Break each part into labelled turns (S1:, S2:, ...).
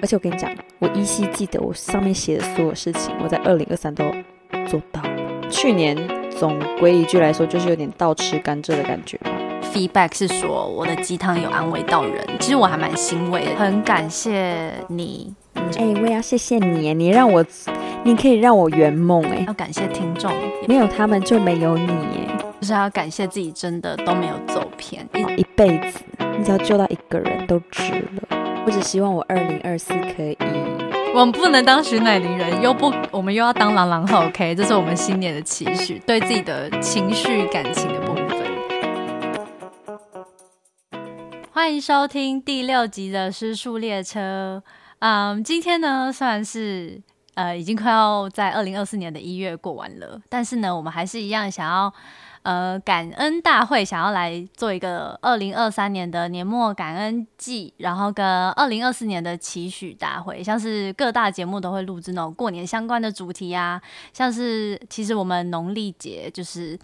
S1: 而且我跟你讲，我依稀记得我上面写的所有事情，我在二零二三都做到了。去年总归一句来说，就是有点倒吃甘蔗的感觉吧。
S2: feedback 是说我的鸡汤有安慰到人，其实我还蛮欣慰的，很感谢你，
S1: 哎、我也要谢谢你，你让我，你可以让我圆梦哎，
S2: 要感谢听众，
S1: 没有他们就没有你哎。
S2: 就是要感谢自己真的都没有走偏，一
S1: 一辈子，你只要救到一个人都值了。我只希望我二零二四可以，
S2: 我们不能当徐乃麟人，又不，我们又要当郎朗后 OK，这是我们新年的期许，对自己的情绪感情的部分。欢迎收听第六集的《失速列车》。嗯，今天呢，虽然是呃已经快要在二零二四年的一月过完了，但是呢，我们还是一样想要呃感恩大会，想要来做一个二零二三年的年末感恩季，然后跟二零二四年的期许大会，像是各大节目都会录制那种过年相关的主题啊，像是其实我们农历节就是。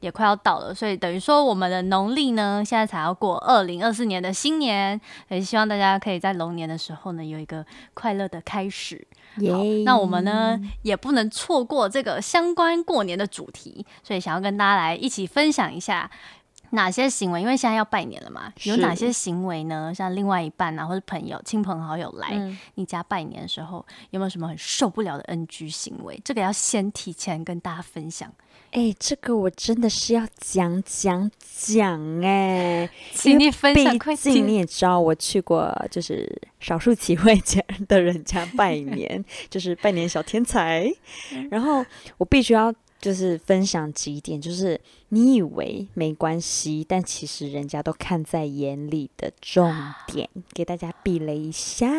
S2: 也快要到了，所以等于说我们的农历呢，现在才要过二零二四年的新年，也希望大家可以在龙年的时候呢，有一个快乐的开始。
S1: 耶、
S2: 好那我们呢也不能错过这个相关过年的主题，所以想要跟大家来一起分享一下哪些行为，因为现在要拜年了嘛，有
S1: 是
S2: 哪些行为呢？像另外一半啊，或者朋友、亲朋好友来、
S1: 嗯
S2: 你家拜年的时候，有没有什么很受不了的 NG 行为？这个要先提前跟大家分享。
S1: 哎、这个我真的是要讲讲讲哎、
S2: 请你分享，快
S1: 毕竟你
S2: 点！
S1: 也知道，我去过就是少数几位家的人家 拜年，就是拜年小天才。
S2: 嗯
S1: 然后我必须要就是分享几点，就是你以为没关系，但其实人家都看在眼里的重点，给大家避雷一下。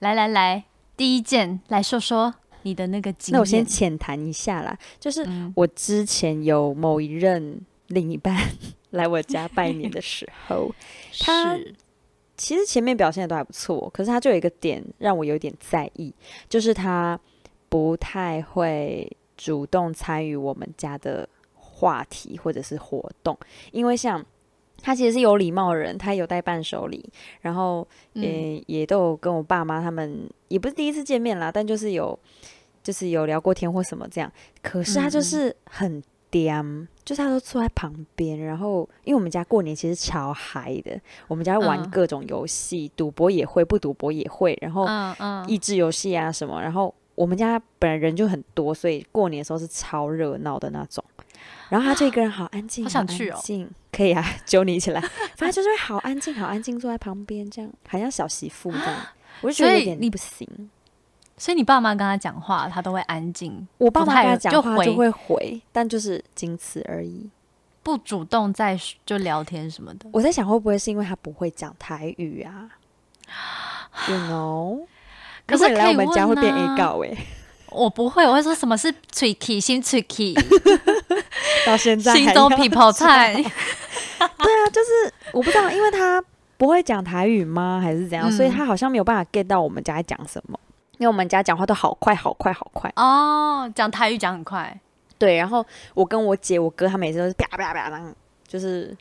S2: 来来来，第一件来说说你的那个经验。
S1: 那我先浅谈一下啦，就是
S2: 嗯
S1: 我之前有某一任另一半 来我家拜年的时候，他
S2: 是
S1: 其实前面表现的都还不错，可是他就有一个点让我有点在意，就是他不太会主动参与我们家的话题或者是活动，因为像他其实是有礼貌的人，他有带伴手礼，然后
S2: 嗯
S1: 也、也都有跟我爸妈他们也不是第一次见面啦，但就是有就是有聊过天或什么这样，可是他
S2: 嗯
S1: 就
S2: 嗯
S1: 是很嗲，就是他都坐在旁边，然后因为我们家过年其实超嗨的，我们家玩
S2: 嗯
S1: 各种游戏，赌博也会，不赌博也会，然后
S2: 嗯嗯
S1: 益智游戏啊什么，然后我们家本来人就很多，所以过年的时候是超热闹的那种。然后他就一个人好安静，
S2: 好想
S1: 安
S2: 去哦
S1: 静可以啊， 揪你一 起来。反正就是会好安静，好安静，坐在旁边这样，好像小媳妇这样。 我就觉得
S2: 所以
S1: 有点
S2: 你
S1: 不行。
S2: 所以你爸妈跟他讲话，他都会安静，
S1: 我爸
S2: 不
S1: 妈
S2: 太
S1: 跟他
S2: 有
S1: 讲
S2: 就
S1: 话
S2: 回
S1: 就会回，但就是仅此而已。
S2: 不主动在就聊天什么的。
S1: 我在想会不会是因为他不会讲台语 啊？You know？
S2: 可是
S1: 如果你来
S2: 可
S1: 我
S2: 以
S1: 们家会
S2: 问
S1: 变
S2: 啊
S1: A 告哎、
S2: 我不会，我会说什么是 tricky 新 tricky，
S1: 到现 在
S2: 新
S1: 还 要
S2: 州 people 菜。
S1: 我不知道，因为他不会讲台语吗，还是怎样？所以
S2: 嗯
S1: 他好像没有办法 get 到我们家在讲什么，因为我们家讲话都好快，好快，好快。
S2: 哦，讲台语讲很快，
S1: 对，然后我跟我姐、我哥他每次都是啪啪啪，然后就是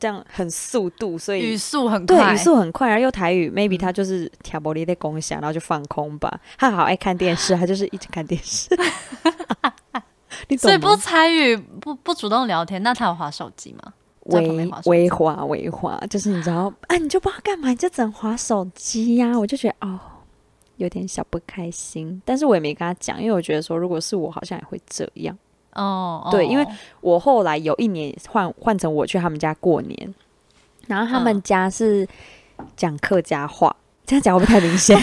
S1: 这样很速度，所
S2: 语
S1: 以。
S2: 速很
S1: 对，
S2: 快，
S1: 语速很啊快，然后又台语，maybe
S2: 嗯
S1: 他就是挑拨离的功效，然后就放空吧。他好爱看电视，他就是一直看电视。 你懂
S2: 所
S1: 吗？
S2: 以不参与，不不主动聊天，那他有划手机吗？在旁
S1: 微
S2: 边滑手机
S1: 微滑微滑，就是你知道啊，你就不知道干嘛，你就只能滑手机呀、我就觉得哦，有点小不开心，但是我也没跟他讲，因为我觉得说，如果是我，好像也会这样。
S2: 哦，哦
S1: 对因为我后来有一年换换成我去他们家过年，然后他们
S2: 嗯
S1: 家是讲客家话，这样讲会不会太明显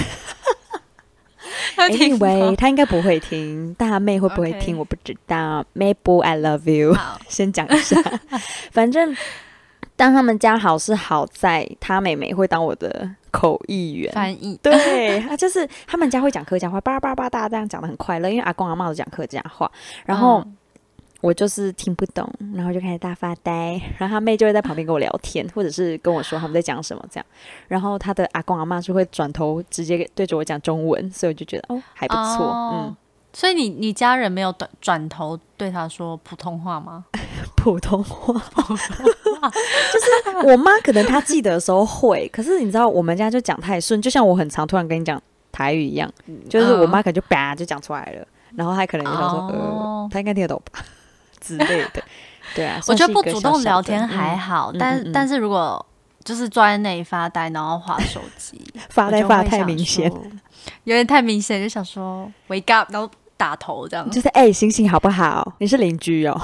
S2: 他听不
S1: ？Anyway，
S2: 懂
S1: 他应该不会听，大妹会不会
S2: OK
S1: 听我不知道。Maybe I love you。
S2: 好
S1: 先讲一 下，反正当他们家好是好在，他妹妹会当我的口译员。
S2: 翻译，
S1: 对，他啊就是他们家会讲客家话，叭叭叭，大家这样讲的很快乐，因为阿公阿妈都讲客家话，然后
S2: 嗯
S1: 我就是听不懂，然后就开始大发呆，然后他妹就会在旁边跟我聊天，或者是跟我说他们在讲什么这样，然后他的阿公阿妈就会转头直接对着我讲中文，所以我就觉得哦还不错，
S2: 哦
S1: 嗯，
S2: 所以你你家人没有转转头对他说普通话吗？
S1: 普通 话，就是我妈可能她记得的时候会，可是你知道我们家就讲太顺，就像我很常突然跟你讲台语一样，
S2: 嗯
S1: 就是我妈可能就叭就讲出来了，然后她可能就想说、
S2: 哦
S1: 呃，她应该听得懂吧之类 的，对啊，
S2: 我
S1: 算是
S2: 觉得
S1: 一
S2: 不
S1: 个
S2: 主
S1: 小
S2: 动
S1: 小
S2: 聊
S1: 的
S2: 天
S1: 嗯
S2: 还好，
S1: 嗯
S2: 但
S1: 嗯嗯
S2: 但是如果就是坐在那里发呆，然后划手机，
S1: 发
S2: 我
S1: 呆
S2: 就
S1: 发
S2: 会
S1: 太
S2: 想
S1: 明显
S2: 说，有点太明显，就想说 wake up，然后打头这样。
S1: 就是哎、醒醒好不好？你是邻居 哦。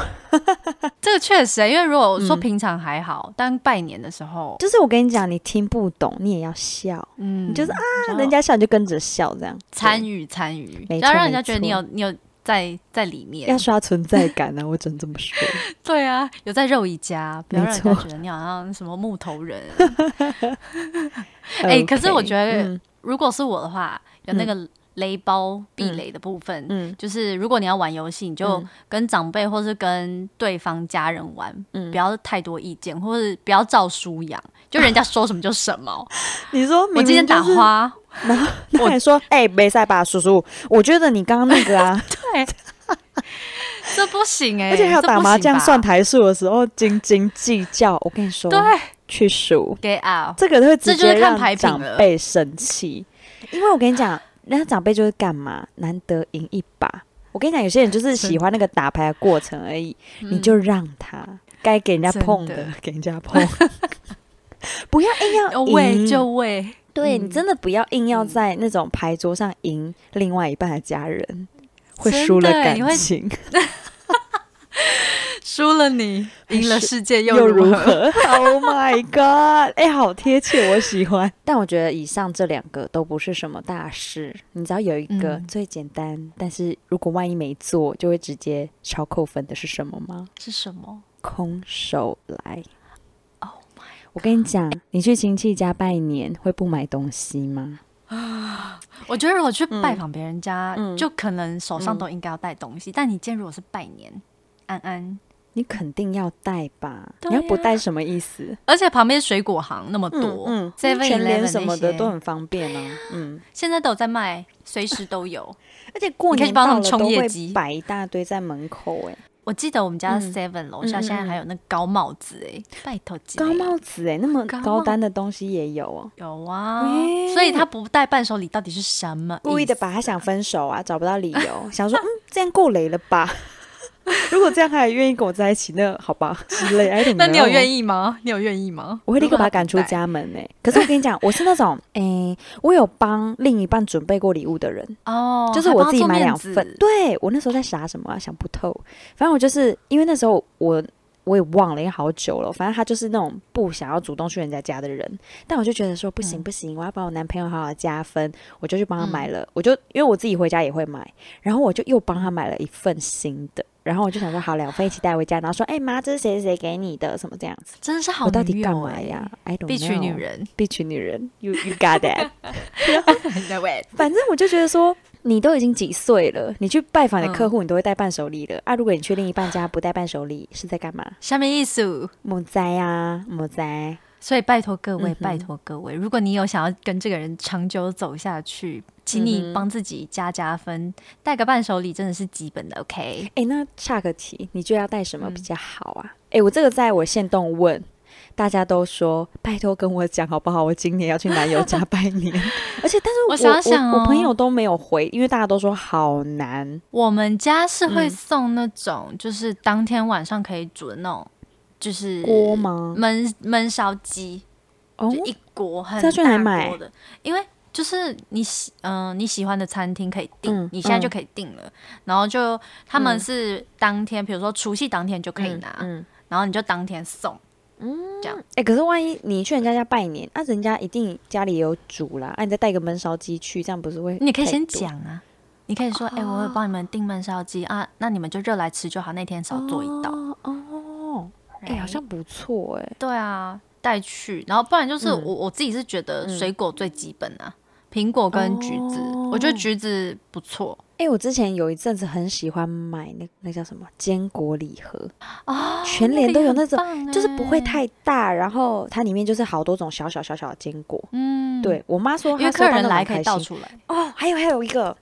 S2: 这个确实、啊因为如果说
S1: 嗯
S2: 平常还好，但拜年的时候，
S1: 就是我跟你讲，你听不懂，你也要笑，
S2: 嗯，
S1: 你就是啊，
S2: 比较
S1: 人家笑你就跟着笑，这样
S2: 参
S1: 与
S2: 与参与，
S1: 没
S2: 要
S1: 错
S2: 让
S1: 没
S2: 人家觉得你
S1: 错
S2: 有你有在在里
S1: 要
S2: 面。
S1: 刷存在感啊呢、我只能这么说。
S2: 对啊，有在肉一家，不要
S1: 没
S2: 让人家
S1: 错
S2: 觉得你好像什么木 头人。
S1: 哎
S2: 哎可是我觉得
S1: 嗯
S2: 如果是我的话，有那个雷包避
S1: 嗯
S2: 雷的部分，
S1: 嗯，
S2: 就是如果你要玩游戏，你就
S1: 嗯
S2: 跟长辈或是跟对方家人玩，
S1: 嗯
S2: 不要太多意见，或是不要照书养，就人家说什么就什 么。
S1: 你说明
S2: 我
S1: 明
S2: 今天打
S1: 就是，
S2: 花，
S1: 然后
S2: 我
S1: 他还说，哎、没赛吧，叔叔，我觉得你刚刚那个啊，
S2: 对，这不 行哎、
S1: 而且还有
S2: 这不
S1: 打麻
S2: 行
S1: 将
S2: 吧
S1: 算台数的时候斤斤计较，我跟你说，
S2: 对
S1: 去数，
S2: 哦，get out。
S1: 这个会直
S2: 这就是
S1: 接
S2: 看
S1: 让
S2: 牌品
S1: 长
S2: 了
S1: 辈生气，因为我跟你讲，人家长辈就是干嘛，难得赢一把。我跟你讲，有些人就是喜欢那个打牌的过程而已，你就让他该给人家
S2: 嗯真
S1: 碰
S2: 的
S1: 的给人家碰， 不要硬
S2: 要
S1: 要
S2: 喂
S1: 赢。
S2: 就喂，
S1: 对你
S2: 嗯
S1: 真的不要硬要
S2: 嗯
S1: 在那种牌桌上赢另外一半的家人，会
S2: 真
S1: 输了
S2: 的
S1: 感
S2: 你会
S1: 情
S2: 输了你，赢了
S1: 是
S2: 世界
S1: 又
S2: 哎如
S1: 如？ 何？Oh my god！哎、好贴切，我喜欢。但我觉得以上这两个都不是什么大事，你只要有一个
S2: 嗯
S1: 最简单，但是如果万一没做，就会直接超扣分的是什么吗？
S2: 是什么？
S1: 空手来。
S2: Oh
S1: 我跟你讲，你去亲戚家拜年会不买东西吗？
S2: 我觉得如果去拜访别人家，
S1: 嗯
S2: 就可能手上
S1: 嗯
S2: 都应该要带东西。但你今天如果是拜年，安安，
S1: 你肯定要带吧？
S2: 对
S1: 你要不
S2: 呀
S1: 带什么意思？
S2: 而且旁边水果行那么多，
S1: 嗯
S2: 7-Eleven
S1: 全联什么
S2: 那
S1: 的
S2: 些
S1: 都很方便 啊。嗯，
S2: 现在都有在卖，随时都 有。
S1: 而且过
S2: 你可以
S1: 年
S2: 去帮他们
S1: 到了都
S2: 冲业
S1: 会
S2: 绩
S1: 摆一大堆在门口、哎，
S2: 我记得我们家
S1: 嗯
S2: Seven 楼下
S1: 嗯嗯
S2: 现在还有那高帽子哎、拜托姐
S1: 高帽子哎、那么
S2: 高帽
S1: 高单的东西也有哦。
S2: 有啊，
S1: 喂
S2: 所以他不带伴手礼到底是什么意思？
S1: 故意的吧，他想分手啊，找不到理由， 想说嗯，这样够雷了吧？ 如果这样他还愿意跟我在一起，那好吧之类。I don't
S2: 那你有
S1: know
S2: 愿意吗？你有愿意吗？
S1: 我会立刻把他赶出
S2: 如果不带
S1: 家门哎、可是我跟你讲，我是那 种哎、我有帮另一半准备过礼物的人，
S2: 哦，
S1: 就是
S2: 还
S1: 我
S2: 帮他
S1: 自己
S2: 做
S1: 买
S2: 面
S1: 两
S2: 子
S1: 份。对我那时候在傻什么啊，想不透。反正我就是因为那时候我我也忘了，也好久了。反正他就是那种不想要主动去人家家的人，但我就觉得说不行
S2: 嗯
S1: 不行，我要帮我男朋友好好加分，我就去帮他买
S2: 嗯
S1: 了。我就因为我自己回家也会买，然后我就又帮他买了一份新的。然后我就想说，好，两份一起带回家，然后说，哎、妈，这是谁谁谁给你的，什么这样子？
S2: 真的是好、欸
S1: 我到底干嘛呀？？I don't know。
S2: 必娶女，人
S1: 必娶女人，you you got that。
S2: ，no way。
S1: 反正我就觉得说，你都已经几岁了，你去拜访你的客户，你都会带伴手礼了、
S2: 嗯
S1: 啊。如果你去另一半家不带伴手礼，是在干嘛？
S2: 下面意思，
S1: 莫灾啊，莫灾！
S2: 所以拜托各位，
S1: 嗯哼
S2: 拜托各位，如果你有想要跟这个人长久走下去，请你
S1: 嗯哼
S2: 帮自己加加分，带个伴手礼真的是基本的，OK？
S1: 哎，那岔个题，你觉得要带什么
S2: 嗯
S1: 比较好啊？哎、我这个在我线动问，大家都说拜托跟我讲好不好？我今年要去男友家拜 年，而且但是
S2: 我
S1: 我
S2: 想想
S1: 我
S2: 哦
S1: 我朋友都没有回，因为大家都说好难。
S2: 我们家是会
S1: 嗯
S2: 送那种，就是当天晚上可以煮的那种，就是
S1: 锅吗？
S2: 焖焖烧鸡，
S1: 哦，
S2: 嗯就一锅很
S1: 这要去哪里
S2: 大
S1: 买
S2: 锅的，因为就是你喜嗯、你喜欢的餐厅可以订，
S1: 嗯
S2: 你现在
S1: 嗯
S2: 就可以订了，然后就他们
S1: 嗯
S2: 是当天，比如说除夕当天就可以拿，
S1: 嗯
S2: 然后你就当天送。
S1: 哎、可是万一你去人家家拜年，那、人家一定家里也有煮啦，啊，你再带个焖烧鸡去，这样不是会？
S2: 你可以先，讲啊，你可以
S1: 哦
S2: 说，哎、我会帮你们订焖烧鸡啊，那你们就热来吃就好，那天少做一道。
S1: 哦哦，哎、好
S2: right？
S1: 像不错哎、
S2: 对啊，带去，然后不然就是我、
S1: 嗯
S2: 我自己是觉得
S1: 嗯
S2: 水果最基本啊，苹果跟橘子，我觉得
S1: 哦
S2: 橘子不错
S1: 哎、我之前有一阵子很喜欢买那那叫什么坚果礼盒，
S2: 啊，
S1: 全
S2: 那
S1: 联
S2: 个
S1: 都
S2: 也
S1: 有
S2: 很
S1: 哦那种
S2: 棒
S1: 就是不会
S2: 欸
S1: 太大，然后它里面就是好多种小小小小的坚果。
S2: 嗯，
S1: 对我妈说，
S2: 因为
S1: 她收
S2: 客
S1: 到
S2: 人
S1: 那
S2: 来
S1: 蛮
S2: 可
S1: 开
S2: 以倒嗯
S1: 心
S2: 出来。
S1: 哦，还有还有一个，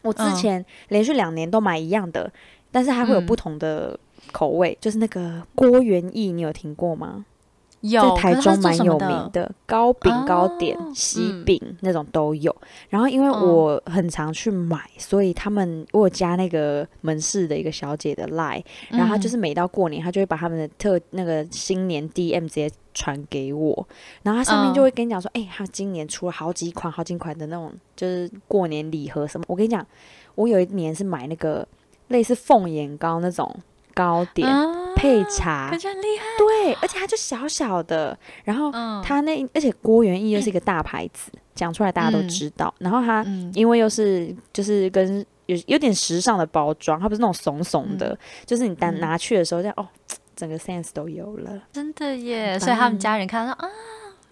S1: 我之前连续两年都买一样的，但是它会有
S2: 嗯
S1: 不同的口味，就是那个郭元益，你有听过吗？在
S2: 有
S1: 台
S2: 可是它
S1: 中
S2: 是做
S1: 蛮
S2: 什么
S1: 有
S2: 的
S1: 名的，糕饼、糕点
S2: 哦、
S1: 西
S2: 嗯
S1: 饼那种都有。然后因为
S2: 哦
S1: 我很常去买，所以他们我有加那个门市的一个小姐的 line，然
S2: 嗯
S1: 后她就是每到过年，她就会把他们的特那个新年 DM 直接传给我，然后她上面就
S2: 嗯
S1: 会跟你讲说，哎、她今年出了好几款、好几款的那种，就是过年礼盒什么。我跟你讲，我有一年是买那个类似凤眼糕那种糕点、
S2: 啊
S1: 配茶
S2: 感，觉很厉害。
S1: 对，而且它就小小的，然后
S2: 嗯，
S1: 它那而且郭元益又是一个大牌子，讲出来大家都
S2: 嗯
S1: 知道。然后它
S2: 嗯
S1: 因为又是就是跟有有点时尚的包装，它不是那种怂怂的，就是你单
S2: 嗯
S1: 拿去的时候这样哦，整个 sense 都有了。
S2: 真的耶，
S1: 很
S2: 所以他们
S1: 棒
S2: 家人看到啊，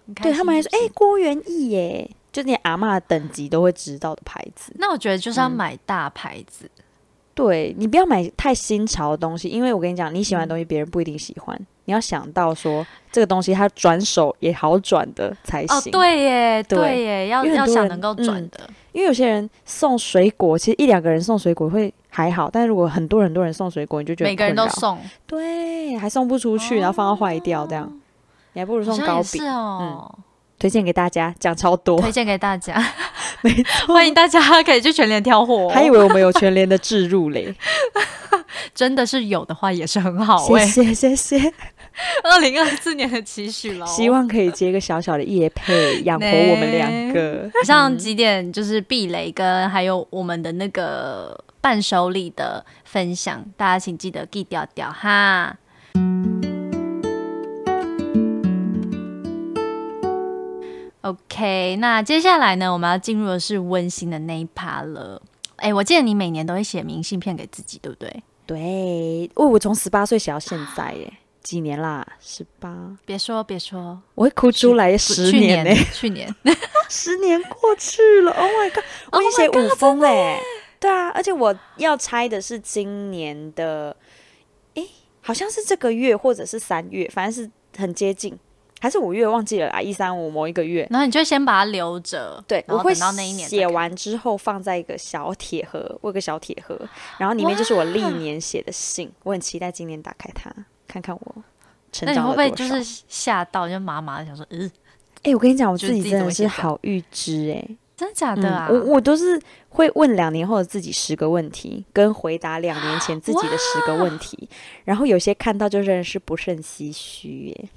S2: 很开
S1: 对他们还
S2: 心
S1: 说，哎、郭元益耶，就连阿嬷的等级都会知道的牌子。
S2: 那我觉得就是要
S1: 嗯
S2: 买大牌子，
S1: 对你不要买太新潮的东西，因为我跟你讲，你喜欢的
S2: 嗯
S1: 东西别人不一定喜欢。你要想到说这个东西它转手也好转的才行。
S2: 哦，对耶，
S1: 对
S2: 对耶，要
S1: 因为很
S2: 要
S1: 多
S2: 想
S1: 人嗯
S2: 能够转的，
S1: 因为有些人送水果，其实一两个人送水果会还好，但如果很多很多人送水果，你就觉得
S2: 每
S1: 很
S2: 个人
S1: 困
S2: 都
S1: 扰，
S2: 送，
S1: 对，还送不出去，
S2: 哦
S1: 然后放到坏掉，这样你还不如
S2: 好
S1: 送
S2: 像
S1: 糕
S2: 也
S1: 饼嗯
S2: 是，哦，
S1: 推荐给大家，讲超多，
S2: 推荐给大家，
S1: 没
S2: 欢迎大家可以去全联挑货 哦，
S1: 还以为我们有全联的置入嘞，
S2: 真的是有的话也是很好
S1: 谢
S2: 哎，
S1: 谢谢谢，
S2: 二零二四年的期许哦喽，
S1: 希望可以接个小小的夜配，养活我们两 个。
S2: 以上几点就是避雷跟还有我们的那个伴手礼的分享，大家请记得记掉掉哈。OK，那接下来呢，我们要进入的是温馨的那一趴了。哎、我记得你每年都会写明信片给自己，对不对？
S1: 对，哦，我从十八岁写到现在耶，几年啦？十八，
S2: 别说别说，
S1: 我会哭出来
S2: 不
S1: 十
S2: 去
S1: 年呢。
S2: 去年
S1: 十年过去了，Oh my god！我
S2: Oh
S1: 已经写五封嘞、对啊，而且我要拆的是今年的，诶，好像是这个月或者是三月，反正是很接近，还是五月忘记了啦，一三五某一个月。
S2: 然后你就先把它留着，
S1: 对，我
S2: 然后
S1: 会
S2: 等到那一年再
S1: 写
S2: 看
S1: 完之后放在一个小铁盒，我有个小铁盒，
S2: 啊
S1: 然后里面就是我历年写的信，我很期待今年打开它，看看我成
S2: 那你
S1: 长
S2: 会
S1: 了
S2: 不会
S1: 多
S2: 就
S1: 少。
S2: 是吓到，就麻麻的想说，嗯、
S1: 哎、我跟你讲，我
S2: 就
S1: 自己
S2: 自己
S1: 真
S2: 怎
S1: 的
S2: 么
S1: 是
S2: 写这样
S1: 好预知哎、
S2: 真的假
S1: 嗯
S2: 的啊？
S1: 我我都是会问两年后的自己十个问题，跟回答两年前自己的十个问题，然后有些看到就真的是不胜唏嘘 耶。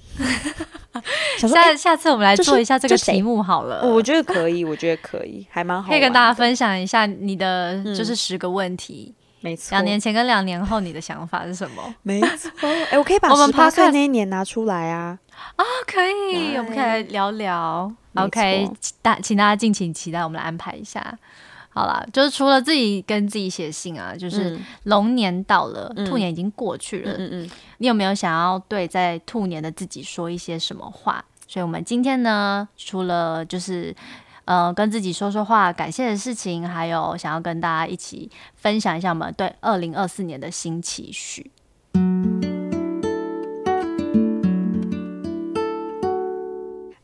S1: 想说，
S2: 下、
S1: 哎
S2: 下次我们来
S1: 这是
S2: 做一下这个
S1: 这谁
S2: 题目好了，
S1: 我觉得可以，我觉得可以，还蛮好玩的。
S2: 可以跟大家分享一下你的
S1: 嗯
S2: 就是十个问题，
S1: 没错，
S2: 两、年前跟两年后你的想法是 什么？
S1: 没错。哎、我可以把
S2: 我们
S1: 十八岁
S2: podcast-
S1: 那一年拿出来啊。
S2: 哦，可以，我们可以来聊聊。
S1: 没
S2: OK，
S1: 错
S2: 大请大家敬请期待，我们来安排一下。好啦，就是除了自己跟自己写信啊，就是
S1: 嗯
S2: 龙年到了，
S1: 嗯
S2: 兔年已经过去了，
S1: 嗯嗯，
S2: 你有没有想要对在兔年的自己说一些什么话？所以，我们今天呢，除了就是呃跟自己说说话、感谢的事情，还有想要跟大家一起分享一下我们对二零二四年的新期许。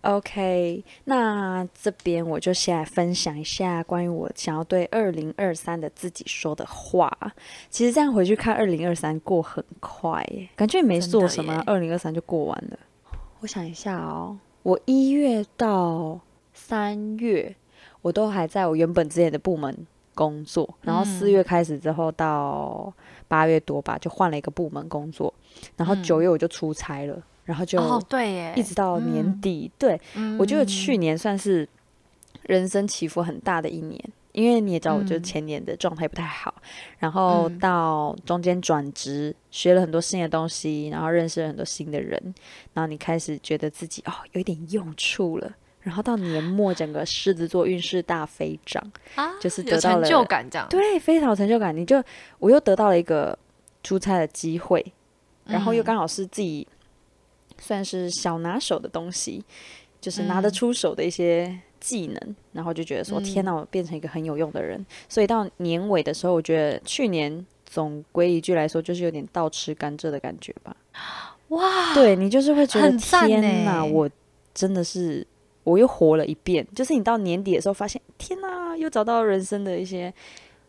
S1: OK，那这边我就先来分享一下关于我想要对二零二三的自己说的话。其实这样回去看，二零二三过很快耶，感觉也没
S2: 真
S1: 做
S2: 的
S1: 什么
S2: 耶，
S1: 二零二三就过完了。我想一下哦，我一月到三月，我都还在我原本之前的部门工作，然后四
S2: 嗯
S1: 月开始之后到八月多吧，就换了一个部门工作，然后
S2: 嗯
S1: 九月我就出差了，然后就
S2: 哦，对耶，
S1: 一直到年
S2: 嗯
S1: 底，对。
S2: 嗯
S1: 我觉得去年算是人生起伏很大的一年，因为你也知道，我就
S2: 嗯
S1: 前年的状态不太好，然后
S2: 嗯
S1: 到中间转职，学了很多新的东西，然后认识了很多新的人，然后你开始觉得自己哦有一点用处了。然后到年末，整个狮子座运势大飞涨，
S2: 啊
S1: 就是
S2: 有
S1: 得到
S2: 成
S1: 了
S2: 就感这样，
S1: 对，非常有成就感。你就我又得到了一个出差的机会，然后又
S2: 嗯
S1: 刚好是自己算是小拿手的东西，就是拿得
S2: 嗯
S1: 出手的一些技能，然后就觉得说天哪，我变成一个很有用的人。所以到年尾的时候，我觉得去年总归一句来说，就是有点倒吃甘蔗的感觉吧。
S2: 哇，
S1: 对你就是会觉得
S2: 啊很赞
S1: 天哪，
S2: 欸
S1: 我真的是我又活了一遍。就是你到年底的时候发现，天哪，又找到人生的一些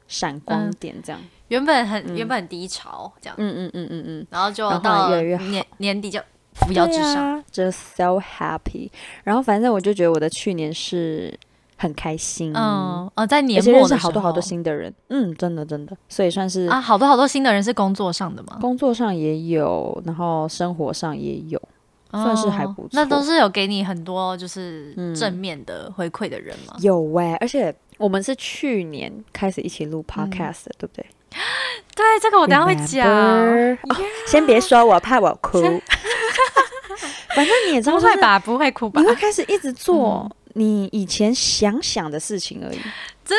S1: 闪
S2: 嗯
S1: 光点这样。
S2: 原本很、原本很低潮这样，
S1: 嗯嗯嗯嗯嗯嗯，
S2: 然后就
S1: 然后
S2: 到
S1: 越来越好
S2: 年年底就扶摇直
S1: 对
S2: 上。
S1: 啊，just so happy。然后反正我就觉得我的去年是很开心，
S2: 嗯，哦，在
S1: 而
S2: 年
S1: 且
S2: 末
S1: 认
S2: 的
S1: 识
S2: 时
S1: 好多好多
S2: 候
S1: 新的人，嗯，真的真的，所以算是
S2: 啊，好多好多新的人是工作上的吗？
S1: 工作上也有，然后生活上也有，算是还
S2: 哦
S1: 不错
S2: 那都是有给你很多就是
S1: 嗯
S2: 正面的回馈的人吗？
S1: 有喂、而且我们是去年开始一起录 podcast 的，对不对？
S2: 对，这个我嗯哦等一下会讲。
S1: Remember？哦先别说，我怕我哭。 反正你也知道，
S2: 不
S1: 就
S2: 会
S1: 是
S2: 吧，不会哭吧
S1: 你？会开始一直
S2: 嗯
S1: 做你以前想想的事情而已。
S2: 啊真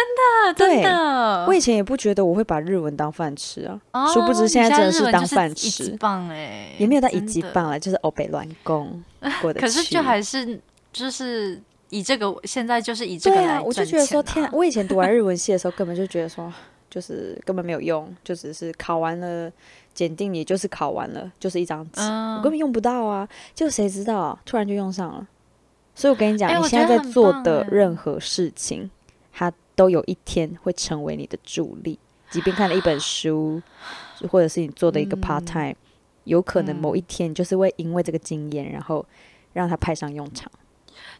S2: 的
S1: 我，以前也不觉得我会把日文当饭吃啊，
S2: 哦
S1: 殊不知
S2: 你
S1: 现在真的
S2: 日
S1: 是
S2: 文
S1: 当
S2: 就是
S1: 饭
S2: 一
S1: 吃
S2: 级棒哎，
S1: 也没有到一
S2: 真
S1: 级
S2: 的
S1: 棒了，就是欧北乱攻过得去。
S2: 可是就还是就是以这个，现在就是以这个
S1: 对
S2: 来
S1: 啊，我就
S2: 赚
S1: 觉得
S2: 钱
S1: 说
S2: 啊
S1: 天啊，我以前读完日文系的时候，根本就觉得说，就是根本没有用，就只是考完了检定，也就是考完了，就是一张纸，我根
S2: 嗯，
S1: 本用不到啊。就谁知道啊突然就用上了，所以我跟你讲，
S2: 哎
S1: 你
S2: 我
S1: 现
S2: 觉
S1: 在
S2: 得
S1: 在
S2: 很
S1: 做
S2: 棒
S1: 的
S2: 哎
S1: 任何事情，它都有一天会成为你的助力。即便看了一本书，或者是你做的一个 part
S2: 啊嗯
S1: time，、有可能某一天就是会因为这个经验，然后让它派上用场。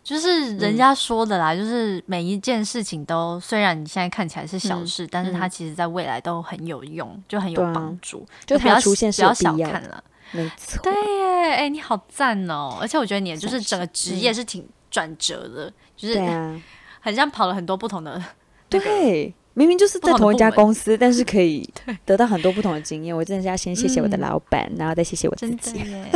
S2: 就是
S1: 嗯
S2: 人家说的啦，就是每一件事情都，虽然你现在看起来是小事，但是它
S1: 嗯
S2: 其实在未来都很有用，就很有
S1: 对啊
S2: 帮助。
S1: 就
S2: 不
S1: 它
S2: 要
S1: 的出现
S2: 不
S1: 是有
S2: 要
S1: 必
S2: 小
S1: 要
S2: 看
S1: 的，
S2: 了。
S1: 没错。
S2: 对耶，哎、你好赞哦！而且我觉得你就是整个职业是挺转折的，就是
S1: 对啊，
S2: 很像跑了很多不同的。那个
S1: 对，明明就是
S2: 不
S1: 在
S2: 同的
S1: 同一
S2: 部
S1: 家
S2: 门
S1: 公司，但是可以得到很多不同的经验。我真的是要先谢谢我的
S2: 嗯
S1: 老板，然后再谢谢我自
S2: 真的
S1: 己。
S2: 耶，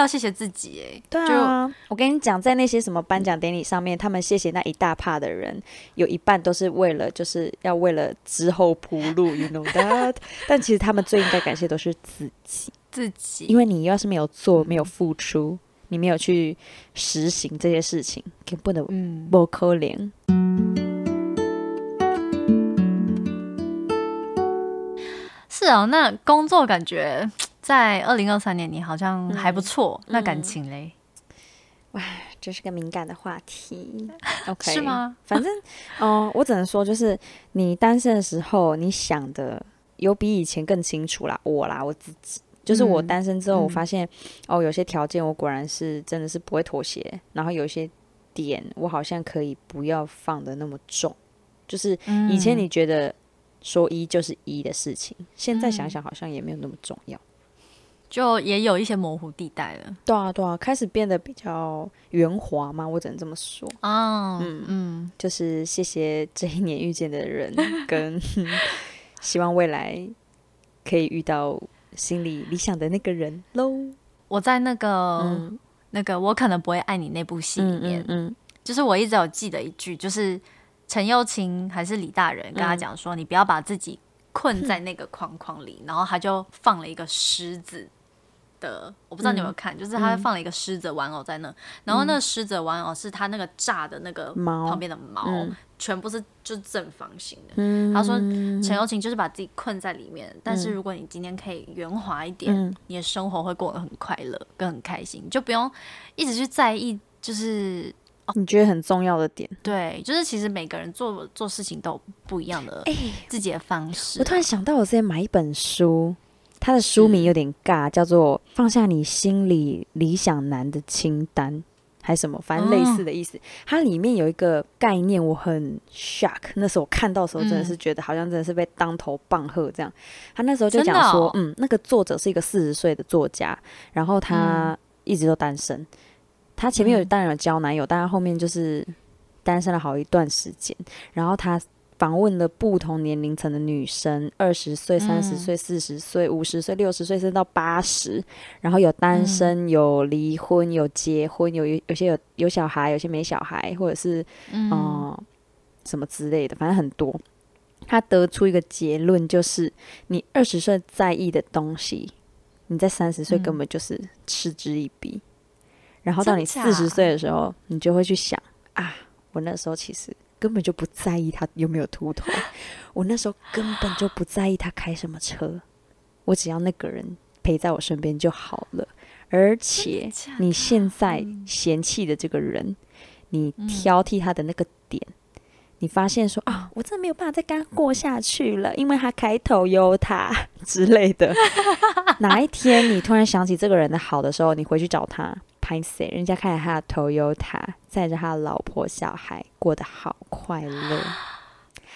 S2: 要谢谢自己耶。
S1: 对啊，我跟你讲，在那些什么颁奖典礼上面，他们谢谢那一大帕的人，有一半都是为了就是要为了之后铺路，you know that 。 但其实他们最应该感谢都是自己，
S2: 自己，
S1: 因为你要是没有做，没有付出，你没有去实行这些事情，根本的
S2: 嗯，
S1: 不可能。
S2: 是哦。那工作感觉在二零二三年你好像还不错，那感
S1: 嗯
S2: 情嘞
S1: 这是个敏感的话 题，OK？
S2: 是？吗？
S1: 反正，嗯、我只能说，就是你单身的时候，你想的有比以前更清楚啦。我啦，我自己，就是我
S2: 嗯
S1: 单身之后，我
S2: 嗯
S1: 发现、哦，有些条件我果然是真的是不会妥协，然后有一些点我好像可以不要放的那么重。就是以前
S2: 嗯
S1: 你觉得说一就是一的事情，现在想
S2: 嗯
S1: 想好像也没有那么重要。
S2: 就也有一些模糊地带了。
S1: 对啊，对啊，开始变得比较圆滑嘛，我只能这么说。
S2: 哦，
S1: 嗯
S2: 嗯，
S1: 就是谢谢这一年遇见的 人，跟希望未来可以遇到心里理想的那个人喽。
S2: 我在那个、
S1: 嗯
S2: 那个我可能不会爱你那部戏里面，
S1: 嗯
S2: 就是我一直有记得一句，就是陈幼卿还是李大人跟他讲说，你不要把自己困在那个框框里，然后他就放了一个狮子。的，我不知道你有没有
S1: 嗯
S2: 看，就是他放了一个狮子玩偶在那，然后那个狮子玩偶是他那个炸的那个
S1: 毛
S2: 旁边的毛，
S1: 嗯
S2: 全部是就是正方形的。
S1: 嗯
S2: 他说陈友情就是把自己困在里面，但是如果你今天可以圆滑一点，
S1: 嗯
S2: 你的生活会过得很快乐跟很开心，就不用一直去在意，就是
S1: 你觉得很重要的点，
S2: 对，就是其实每个人做做事情都有不一样的自己的方
S1: 哎
S2: 式啊、
S1: 我突然想到，我之前买一本书，它的书名有点尬，叫做《
S2: 嗯
S1: 放下你心里理想男的清单》，还什么，反正类似的
S2: 哦
S1: 意思。它里面有一个概念，我很 shock。那时候我看到的时候，真
S2: 嗯
S1: 的是觉得好像真的是被当头棒喝这样。他那时候就讲
S2: 真的
S1: 说，
S2: 哦
S1: 嗯，那个作者是一个四十岁的作家，然后他一直都单身。他前面有
S2: 嗯
S1: 当然有交男友，但他后面就是单身了好一段时间。然后他访问了不同年龄层的女生，二十岁、三十
S2: 嗯
S1: 岁、四十岁、五十岁、六十岁，甚至到八十。然后有单
S2: 嗯
S1: 身，有离婚，有结婚，有有有些有有小孩，有些没小孩，或者是
S2: 嗯、
S1: 哦、什么之类的，反正很多。他得出一个结论，就是你二十岁在意的东西，你在三十岁
S2: 嗯
S1: 根本就是嗤之以鼻。然后到你
S2: 真
S1: 四
S2: 假
S1: 十岁的时候，你就会去想啊，我那时候其实根本就不在意他有没有秃头，我那时候根本就不在意他开什么车，我只要那个人陪在我身边就好了。而且
S2: 假
S1: 你现
S2: 的
S1: 在
S2: 嗯
S1: 嫌弃的这个人，你
S2: 嗯
S1: 挑剔他的那个点，你发现说啊，我真的没有办法再跟他过下去了，因为他开头有他 之类的。 哪一天你突然想起这个人的好的时候，你回去找他拍谁？人家开着他的 Toyota，载着他的老婆小孩，过得好快乐。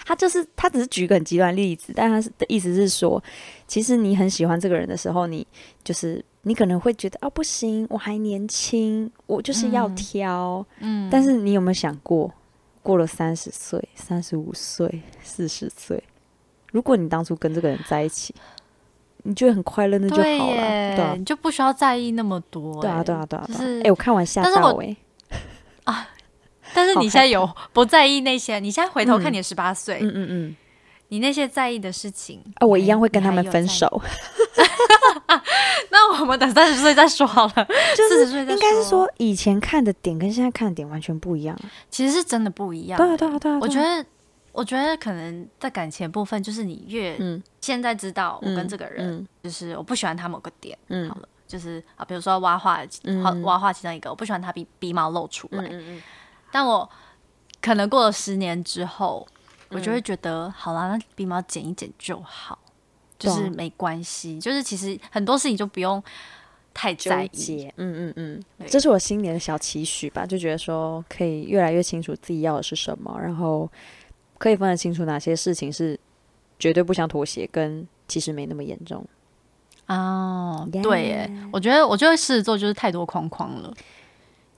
S1: 他就是他只是举一个很极端的例子，但他是的意思是说，其实你很喜欢这个人的时候，你就是你可能会觉得啊，不行，我还年轻，我就是要
S2: 嗯
S1: 挑。
S2: 嗯，
S1: 但是你有没有想过，过了三十岁、三十五岁、四十岁，如果你当初跟这个人在一起，你觉得很快乐，那就
S2: 对
S1: 好了。对啊
S2: 耶，，你就不需要在意那么多。
S1: 对啊，对
S2: 哎
S1: 啊，对啊。对
S2: 就
S1: 啊
S2: 是
S1: 哎、我看完吓
S2: 但是
S1: 到
S2: 我
S1: 哎、
S2: 但是
S1: 好
S2: 你
S1: 害
S2: 现在有不在意那些？你现在回头看
S1: 嗯
S2: 你十八岁，
S1: 嗯嗯嗯，
S2: 你那些在意的事情
S1: 啊，我
S2: 你
S1: 一样
S2: 还
S1: 会跟
S2: 你
S1: 他
S2: 哎还
S1: 们
S2: 有
S1: 分
S2: 在意
S1: 手。
S2: 那我们等三十岁再 说好了。
S1: 就
S2: 40
S1: 是
S2: 岁
S1: 嗯
S2: 再
S1: 应该是
S2: 说
S1: 说，以前看的点跟现在看的点完全不一样。啊
S2: 其实是真的不一样
S1: 对啊，
S2: 欸。
S1: 对啊，对啊。
S2: 我
S1: 对
S2: 觉
S1: 啊，
S2: 得，我觉得可能在感情的部分，就是你越
S1: 嗯
S2: 现在知道我跟
S1: 嗯
S2: 这个人，
S1: 嗯
S2: 就是我不喜欢他某个点，
S1: 嗯
S2: 好就是啊，比如说挖话，挖
S1: 嗯
S2: 挖话其中一个，我不喜欢他鼻鼻毛露出来，
S1: 嗯
S2: 但我可能过了十年之后，我
S1: 嗯
S2: 就会觉得，好啦，那鼻毛剪一剪就好，就
S1: 对啊
S2: 是没关系，就是其实很多事情就不用太在
S1: 纠
S2: 意。
S1: 结，嗯嗯嗯，
S2: 对
S1: 这是我新年的小期许吧，就觉得说可以越来越清楚自己要的是什么，然后可以分得清楚哪些事情是绝对不想妥协，跟其实没那么严重。
S2: 哦
S1: Yeah
S2: 对耶，我觉得我觉得狮子座就是太多框框了，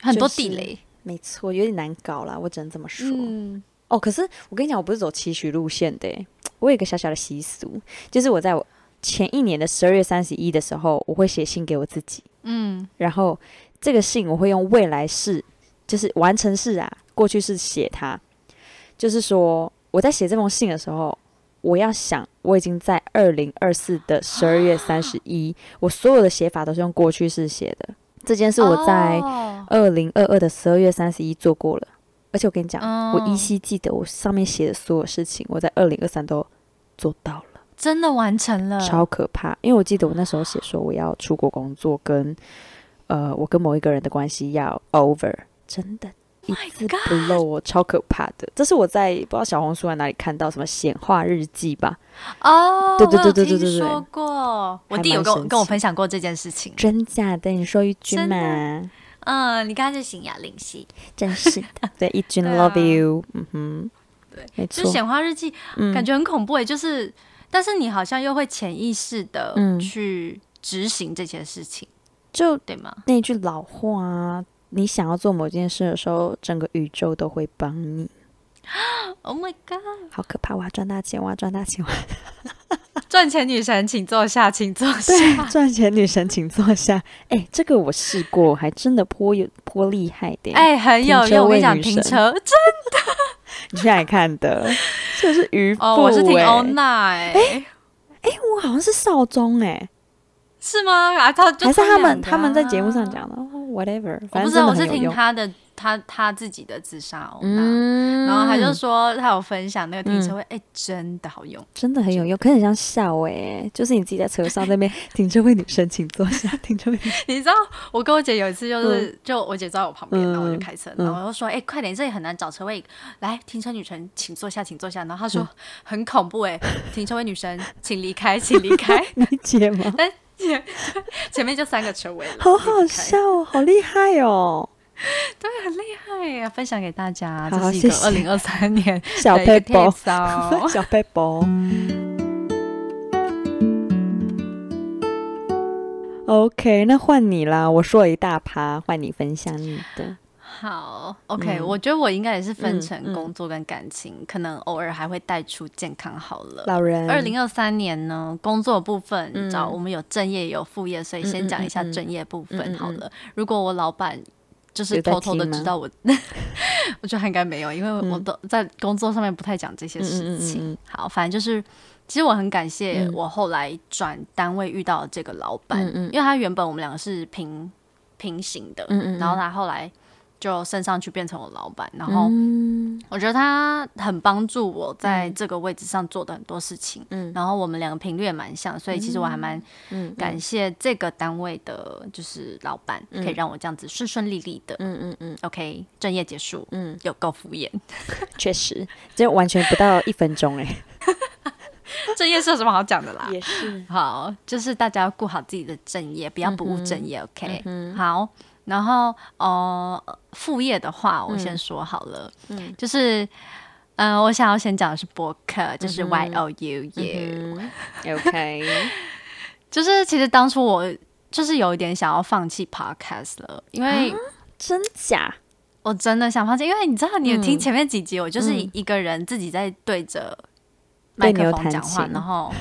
S2: 很多地雷。
S1: 没错，有点难搞啦，我只能这么说。
S2: 嗯，
S1: 哦，可是我跟你讲，我不是走期许路线的耶，我有一个小小的习俗，就是我在我前一年的十二月三十一的时候，我会写信给我自己，
S2: 嗯，
S1: 然后这个信我会用未来式，就是完成式啊，过去式写它。就是说我在写这封信的时候，我要想我已经在二零二四的十二月三十一，我所有的写法都是用过去式写的。这件事我在
S2: 哦
S1: 二零二二的十二月三十一做过了，而且我跟你讲，我依
S2: 嗯
S1: 稀记得我上面写的所有事情，我在二零二三都做到了。
S2: 真的完成了，
S1: 超可怕。因为我记得我那时候写说我要出国工作跟，呃，我跟某一个人的关系要 over，真的。一
S2: my
S1: 字不漏哦，超可怕的。这是我在不知道小红书还哪里看到什么显化日记吧？
S2: 哦，
S1: 对对
S2: 我有
S1: 对对
S2: 听
S1: 对对
S2: 说过，我
S1: 还
S2: 弟有
S1: 蛮
S2: 跟我
S1: 神
S2: 跟我
S1: 奇
S2: 分享过这件事情。
S1: 真假的？你说一句
S2: 真的
S1: 嘛？
S2: 嗯，你刚才就行呀，灵犀，
S1: 真是的。 对，一君
S2: 对啊
S1: love you。嗯哼，
S2: 对，
S1: 没
S2: 就
S1: 错
S2: 是。显化日记，
S1: 嗯
S2: 感觉很恐怖诶，就是，但是你好像又会潜意识的
S1: 嗯
S2: 去执行这些事情，
S1: 就
S2: 对吗？
S1: 那句老话啊，你想要做某件事的时候，整个宇宙都会帮你。
S2: Oh my god！
S1: 好可怕！我要赚大钱，我要赚大钱，我要
S2: 赚钱女神，请坐下，请坐下。
S1: 对，赚钱女神，请坐下。哎、这个我试过，还真的颇有颇厉害的。哎、
S2: 哎、很有
S1: 停车
S2: 用，我跟
S1: 位
S2: 你讲，
S1: 女
S2: 停
S1: 神
S2: 车
S1: 你去哪里看 的？这是渔夫、
S2: 哦，我是听
S1: 哎
S2: 欧娜哎、
S1: 哎、我好像是少宗哎、
S2: 是吗？啊，他就
S1: 还是他
S2: 们
S1: 们他们在节目上，讲的、哦、，whatever，
S2: 我
S1: 反正
S2: 不知
S1: 真的
S2: 道，我是
S1: 很有
S2: 听
S1: 用。
S2: 他的他他自己的自杀欧娜。
S1: 嗯
S2: 然后他就说，他有分享那个停车位，哎、真的好用，
S1: 真的很有用，可是很像笑哎、就是你自己在车上那边停车位女神请坐下，停车位女神
S2: 你知道，我跟我姐有一次就是，就我姐坐在我旁边，然后我就
S1: 嗯
S2: 开车，
S1: 嗯
S2: 然后我就说，哎、快点，这里很难找车位，来，停车女神，请坐下，请坐下。然后她说， 很恐怖哎、停车位女神，请离开， 请离开。
S1: 你 姐吗？
S2: 前面就三个车位了，
S1: 好
S2: 请
S1: 好
S2: 离开
S1: 笑哦，好厉害哦，
S2: 对，很厉害啊，分享给大家，
S1: 好
S2: 这是一个二
S1: 谢谢
S2: 零二三年
S1: 小
S2: 的一个
S1: paper。
S2: tips 哦
S1: 小背包。OK，那换你啦！我说了一大趴，换你分享你的。
S2: 好，OK，、
S1: 嗯
S2: 我觉得我应该也是分
S1: 嗯
S2: 成
S1: 嗯
S2: 工作跟感情，可能偶尔还会带出健康好了。
S1: 老人，
S2: 呃二零二三年呢，工作部分，你知道
S1: 嗯
S2: 我们有正业也有副业，所以
S1: 嗯
S2: 先
S1: 嗯
S2: 讲一下
S1: 嗯嗯
S2: 正业部
S1: 嗯
S2: 分
S1: 嗯
S2: 好
S1: 嗯
S2: 了。如果我老板就是
S1: 有在
S2: 偷偷的
S1: 听吗
S2: 知道我， 我觉得应该没有，因为我
S1: 嗯
S2: 都在工作上面不太讲这些
S1: 嗯嗯
S2: 事
S1: 嗯
S2: 情。
S1: 嗯
S2: 好，反正就是，其实我很感谢
S1: 嗯
S2: 我后来转单位遇到的这个老板，
S1: 嗯嗯
S2: 因为他原本我们两个是平平行的，
S1: 嗯嗯嗯
S2: 然后他后来就升上去变成我老板，然后
S1: 嗯
S2: 我觉得他很帮助我在这个位置上做的很多事情，
S1: 嗯
S2: 然后我们两个频率也蛮像，所以其实我还蛮
S1: 嗯
S2: 感谢这个单位的，就是老板、可以让我这样子顺顺利利的。
S1: 嗯嗯嗯嗯，
S2: OK，正业结束，
S1: 嗯
S2: 嗯，有够敷衍，
S1: 确实，这完全不到一分钟哎、
S2: 正业是有什么好讲的啦？
S1: 也 是，
S2: 好，就是大家要顾好自己的正业，
S1: 嗯
S2: 不要不务正业。OK，、好。然后呃，副业的话，我先说好了，
S1: 嗯
S2: 就是嗯、呃我想要先讲的是播客，就是
S1: 嗯
S2: Y
S1: 哼
S2: O U U，、
S1: 嗯，OK，
S2: 就是其实当初我就是有一点想要放弃 Podcast 了，因
S1: 啊
S2: 为
S1: 真假？
S2: 我真的想放弃，因为你知道，你有听
S1: 嗯
S2: 前面几集，我就是
S1: 嗯
S2: 一个人自己在对着麦
S1: 对牛
S2: 克风
S1: 弹
S2: 讲话，
S1: 琴
S2: 然后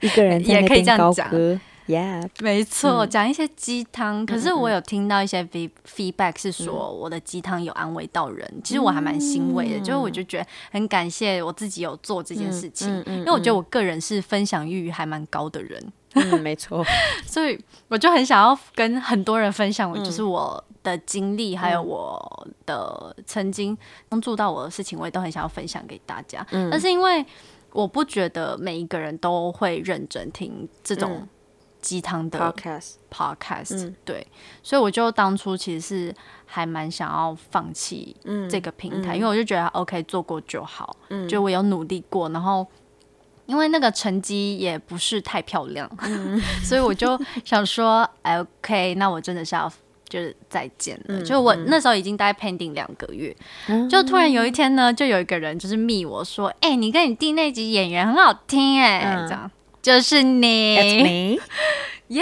S1: 一个人在
S2: 也
S1: 那
S2: 可以
S1: 边
S2: 这样
S1: 高
S2: 讲
S1: 歌，Yeah，
S2: 没错，
S1: 嗯
S2: 讲一些鸡汤。可是我有听到一些 fe- feedback 是说
S1: 嗯
S2: 我的鸡汤有安慰到人，其实我还蛮欣慰的，就是我就觉得很感谢我自己有做这件事情，
S1: 嗯嗯
S2: 因为我觉得我个人是分享欲还蛮高的人，
S1: 嗯，没错，
S2: 所以我就很想要跟很多人分享
S1: 嗯
S2: 我就是我的经历，还有我的曾经帮助到我的事情，我也都很想要分享给大家。
S1: 嗯
S2: 但是因为我不觉得每一个人都会认真听这种
S1: 嗯
S2: 鸡汤的
S1: Podcast，
S2: podcast，、
S1: 嗯
S2: 对，所以我就当初其实是还蛮想要放弃
S1: 嗯
S2: 这个平台，
S1: 嗯
S2: 因为我就觉得啊 OK 做过就好，
S1: 嗯
S2: 就我有努力过，然后因为那个成绩也不是太漂亮，
S1: 嗯
S2: 所以我就想说，哎，OK，那我真的是要。就是再见了，就我那时候已经待 pending 两个月，
S1: 嗯
S2: 就突然有一天呢，就有一个人就是密我说，哎、你跟你弟那集演员很好听哎、
S1: 嗯
S2: 这样就是你
S1: That's me，我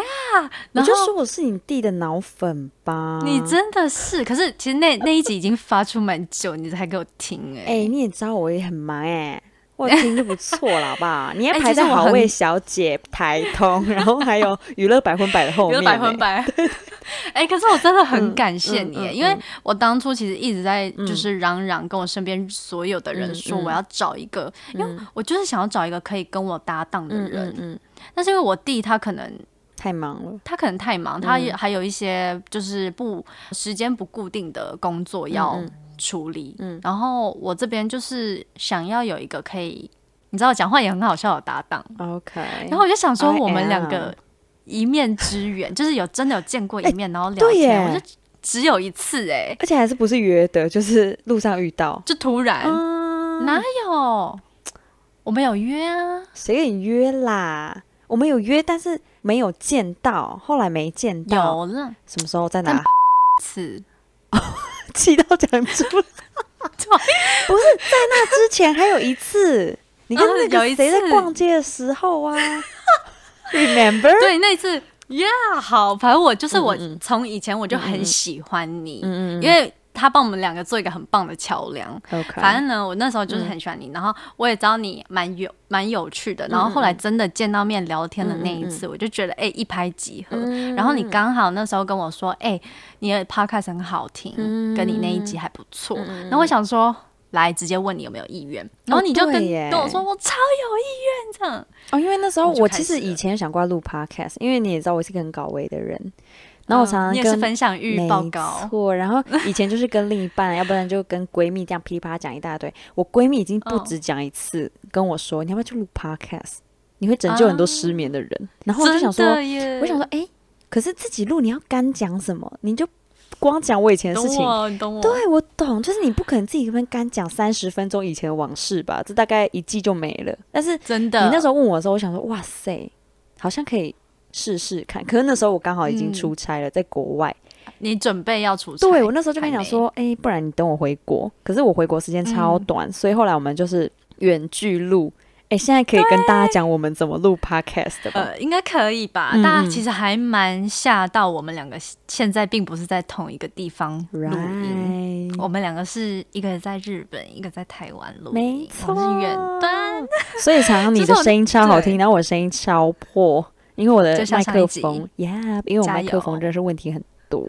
S2: Eh 然
S1: 就
S2: 后
S1: 说我是你弟的脑粉吧，
S2: 你真的是，可是其实那那一集已经发出蛮久，你才给我听哎、
S1: 哎、你也知道我也很忙哎、 我有听就不错了，好不好？你还
S2: 哎
S1: 排
S2: 其实
S1: 在
S2: 我
S1: 好
S2: 很
S1: 味小姐、台通， 然后还有娱乐百分百的后
S2: 有
S1: 面、欸
S2: 点百分。 百。哎、可是我真的很感谢
S1: 嗯
S2: 你、欸
S1: 嗯
S2: 因为我当初其实一直在就是嚷嚷跟我身边所有的人说，
S1: 嗯嗯
S2: 我要找一个、因为我就是想要找一个可以跟我搭档的
S1: 嗯
S2: 人、
S1: 嗯嗯，
S2: 但是因为我弟他可能
S1: 太忙了。
S2: 他可能太忙，他
S1: 嗯
S2: 也还有一些就是不时间不固定的工作要
S1: 嗯
S2: 处理。
S1: 嗯
S2: 然后我这边就是想要有一个可以，你知道讲话也很好笑的搭档。
S1: OK，
S2: 然后我就想说，
S1: 哎 I
S2: 我们两
S1: am
S2: 个一面之缘， 就是有真的有见过一面，然后聊
S1: 哎对
S2: 天，
S1: 耶
S2: 我就只有一次哎、
S1: 而且还是不是约的，就是路上遇到。
S2: 就突然、
S1: 嗯，
S2: 哪有？我们有约啊，
S1: 谁跟你约啦？我们有约，但是没有见到，后来没见到。
S2: 有了
S1: 什么时候在哪？
S2: 一次，
S1: 气到讲出 来。不是在那之前还有一次，你跟
S2: 啊
S1: 那
S2: 有
S1: 个
S2: 一
S1: 谁在
S2: 次
S1: 逛街的时候 啊？Remember？
S2: 对那一次呀好，反正我就是我
S1: 嗯嗯嗯
S2: 从以前我就
S1: 嗯嗯
S2: 很
S1: 嗯
S2: 喜欢你，
S1: 嗯嗯，
S2: 因为他帮我们两个做一个很棒的桥梁。
S1: 为
S2: 嗯反正呢，我那时候就是很喜欢
S1: 嗯
S2: 你，然后我也知道你蛮有蛮有趣的，然后
S1: 嗯
S2: 后来真的见到面聊天的那一次，我就觉得哎、一拍即合。
S1: 嗯
S2: 然后你刚好那时候跟我说，哎、你的 podcast 很好听，
S1: 嗯
S2: 跟你那一集还不错。然后我想说，来直接问你有没有意愿，然后你就跟、
S1: 哦对耶
S2: 跟我说我超有意愿这样。
S1: 哦，因为那时候
S2: 我就
S1: 我
S2: 开
S1: 其实
S2: 始了
S1: 以前想过要录 podcast，因为你也知道我是个很搞味的人，然后我常
S2: 嗯
S1: 常
S2: 你也是
S1: 跟
S2: 分享欲
S1: 没
S2: 报告，
S1: 错，然后以前就是跟另一 半，要不然就跟闺蜜这样噼里啪啦讲一大堆。我闺蜜已经不
S2: 嗯
S1: 止讲一次跟我说，你要不要去录 podcast？你会
S2: 啊
S1: 拯救很多失眠的人。然后我就想说
S2: 真，的耶
S1: 我想说，哎、可是自己录你要干讲什么？你就光讲我以哎前的事
S2: 懂
S1: 情。
S2: 我，你懂我，
S1: 对，我懂，就是你不可能自己跟干讲三十分钟以前的往事吧？这大概一季就没了。但是
S2: 真的。
S1: 你那时候问我的时候，我想说，哇塞，好像可以试试看。可是那时候我刚好已经
S2: 嗯
S1: 出差了，在国外。
S2: 你准备要出差，
S1: 对我那时候就跟你
S2: 嗯还
S1: 讲
S2: 没
S1: 说，哎、不然你等我回国。可是我回国时间超
S2: 嗯
S1: 短，所以后来我们就是远距录。哎、现在可以跟大家讲我们怎么录 podcast 的吧？
S2: 呃，应该可以吧？
S1: 嗯
S2: 大
S1: 嗯
S2: 家其实还蛮吓到我们两个，现在并不是在同一个地方录音。
S1: right，
S2: 我们两个是一个在日本，一个在台湾录音
S1: 没，错
S2: 我们是远端，
S1: 所以常常你
S2: 这
S1: 的
S2: 种
S1: 声音超好听，
S2: 对
S1: 然后我的声音超破，因为我的
S2: 就像
S1: 麦
S2: 上一
S1: 克
S2: 集
S1: 风，Yeah，因为我
S2: 加
S1: 麦克风
S2: 油
S1: 真的是问题很多，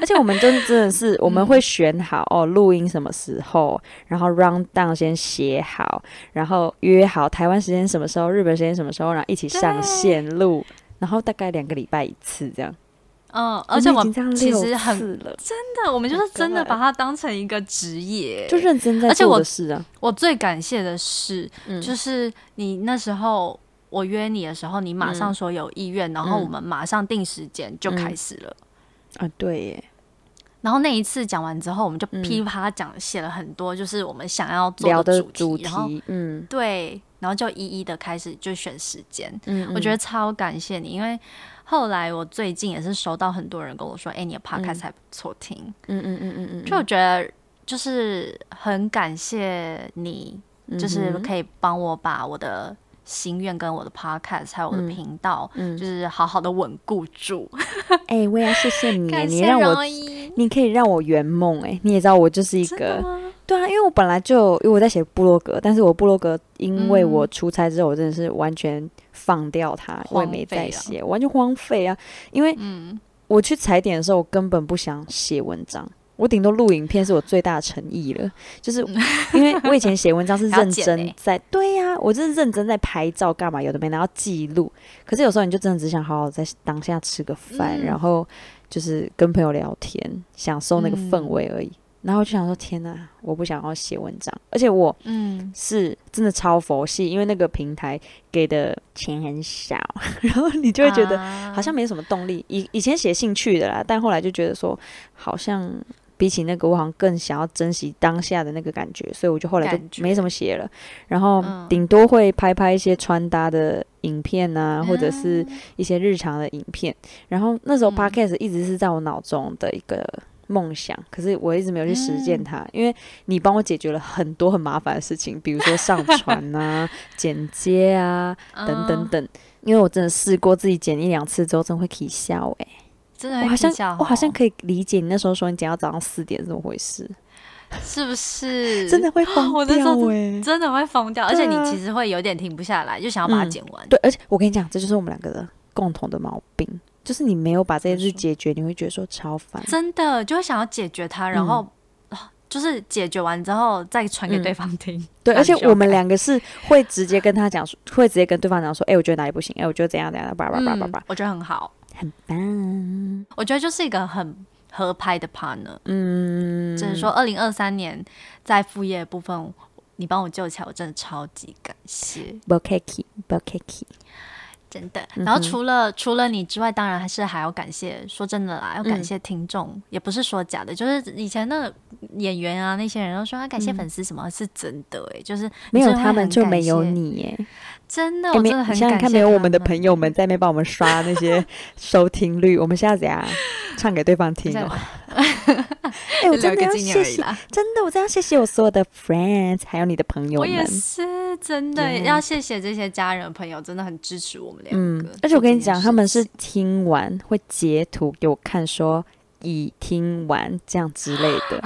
S1: 而且我们真真的是我们会选好哦，录音什么时候，然后 round down 先写好，然后约好台湾时间什么时候，日本时间什么时候，然后一起上线录，然后大概两个礼拜一次这样。
S2: 嗯，而且我
S1: 们已
S2: 们
S1: 经这样
S2: 其
S1: 六
S2: 实很
S1: 次了，
S2: 真的，我们就是真的
S1: 对
S2: 把它当成一个职业。
S1: 就认真在
S2: 而且
S1: 做
S2: 我
S1: 的事啊。
S2: 我最感谢的是，
S1: 嗯
S2: 就是你那时候我约你的时候，你马上
S1: 嗯
S2: 说有意愿，然后
S1: 嗯
S2: 我们马上定时间就开
S1: 嗯
S2: 始了。
S1: 啊，对耶，
S2: 然后那一次讲完之后，我们就
S1: 嗯
S2: 噼啪讲写了很多，就是我们想要
S1: 聊
S2: 做
S1: 的
S2: 主
S1: 主
S2: 题，然后
S1: 题，嗯
S2: 对，然后就一一的开始就选时间。
S1: 嗯，
S2: 我觉
S1: 得
S2: 得超感谢你，因为后来我最近也是收到很多人跟我说，哎、你的 podcast 还不错听，
S1: 嗯嗯嗯嗯嗯，
S2: 就我觉得就是很感谢你，
S1: 嗯
S2: 就是
S1: 哼
S2: 可以帮我把我的心愿跟我的 podcast 还有我的
S1: 嗯
S2: 频道，
S1: 嗯
S2: 就是好好的稳固住。
S1: 哎、我也要谢谢 你耶，
S2: 感
S1: 你
S2: 谢
S1: 让我
S2: 容，易，
S1: 你可以让我圆梦哎，你也知道我就是一
S2: 真的
S1: 个，
S2: 吗？
S1: 对啊，因为我本来就因为我在写部落格，但是我部落格因为我
S2: 嗯
S1: 出差之后，我真的是完全放掉它，我也没
S2: 荒废
S1: 再
S2: 了
S1: 写，完全荒废啊，因为
S2: 嗯，
S1: 我去踩点的时候，我根本不想写文章，我顶多录影片是我最大的诚意了。就是因为我以前写文章是
S2: 还要
S1: 认
S2: 剪
S1: 真
S2: 欸
S1: 在，对呀、我真是认真在拍照干嘛，有的没拿到记录。可是有时候你就真的只想好好在当下吃个饭，
S2: 嗯
S1: 然后就是跟朋友聊天，享受那个氛
S2: 嗯
S1: 围而已。然后我就想说，天哪，我不想要写文章，而且我
S2: 嗯，
S1: 是真的超佛系，因为那个平台给的钱很少， 然后你就会觉得
S2: 啊
S1: 好像没什么动力。以以前写兴趣的啦，但后来就觉得说，好像比起那个，我好像更想要珍惜当下的那个感觉，所以我就后来
S2: 感
S1: 就
S2: 觉
S1: 没什么写了。然后
S2: 嗯
S1: 顶多会拍拍一些穿搭的影片啊，或者是
S2: 嗯
S1: 一些日常的影片。然后那时候
S2: 嗯
S1: podcast 一直是在我脑中的一个。梦想，可是我一直没有去实践
S2: 嗯
S1: 它，因为你帮我解决了很多很麻烦的事情，比如说上传 啊、剪接啊，等等
S2: 嗯
S1: 等。因为我真的试过自己剪一两次之后，真的会起笑哎、
S2: 真的
S1: 我
S2: 会
S1: 好
S2: 比
S1: 像
S2: 较
S1: 我好像
S2: 哦
S1: 可以理解你那时候说你剪到早上四点是怎么回 事，
S2: 是不 是
S1: 真的会疯
S2: 我那时
S1: 掉
S2: 候真
S1: 哎、
S2: 真的会疯掉，而
S1: 对
S2: 且
S1: 啊
S2: 你其实会有点停不下来，就想要把它剪完。
S1: 对，而且我跟你讲，这就是我们两个的共同的毛病，就是你没有把这件事
S2: 怎么说
S1: 解决，你会觉得说超烦。
S2: 真的就会想要解决它，然后、啊就是解决完之后再传给
S1: 嗯
S2: 对方听。
S1: 对，
S2: 那
S1: 而且
S2: 你就
S1: 我们
S2: 改
S1: 两个是会直接跟他讲说，会直接跟对方讲说，哎、我觉得哪里不行，哎、我觉得怎样怎样，叭叭叭叭叭，
S2: 嗯我觉得很好，
S1: 很
S2: 嗯
S1: 棒。
S2: 我觉得就是一个很合拍的 partner，、
S1: 嗯，
S2: 就是说二零二三年在副业部分。你帮我救起来，我真的超级感谢，
S1: 不客
S2: 嗯
S1: 气，不客气。
S2: 真的。
S1: 嗯哼
S2: 然后除了、除了你之外，当然还是还要感谢。说真的啦，要感
S1: 嗯
S2: 谢听众，也不是说假的，就是以前那个演员啊那些人都说要感谢
S1: 嗯
S2: 粉丝什么，是真的诶、就是
S1: 没有
S2: 真的会
S1: 他们
S2: 很
S1: 就没
S2: 感
S1: 有
S2: 谢
S1: 你耶。
S2: 真的，
S1: 欸
S2: 我
S1: 没
S2: 真的很
S1: 想想
S2: 感谢
S1: 看，没有我们的
S2: 他
S1: 朋友们在那边帮我们刷那 些收听率，我们现在怎样唱给对方听
S2: 这
S1: 哦
S2: 样？
S1: 哎、我
S2: 留
S1: 真的
S2: 一啊个
S1: 要
S2: 纪念而
S1: 谢
S2: 已
S1: 谢，
S2: 啦。
S1: 真的，我真的要谢谢我所有的 friends，还有你的朋友
S2: 我
S1: 们。嗯
S2: 也是，真的
S1: Yeah
S2: 要谢谢这些家人朋友，真的很支持我们两
S1: 嗯
S2: 个。，
S1: 而且我跟你
S2: 做这件
S1: 讲，
S2: 事
S1: 他们是
S2: 情
S1: 听完会截图给我看，说已听完这样之类 的。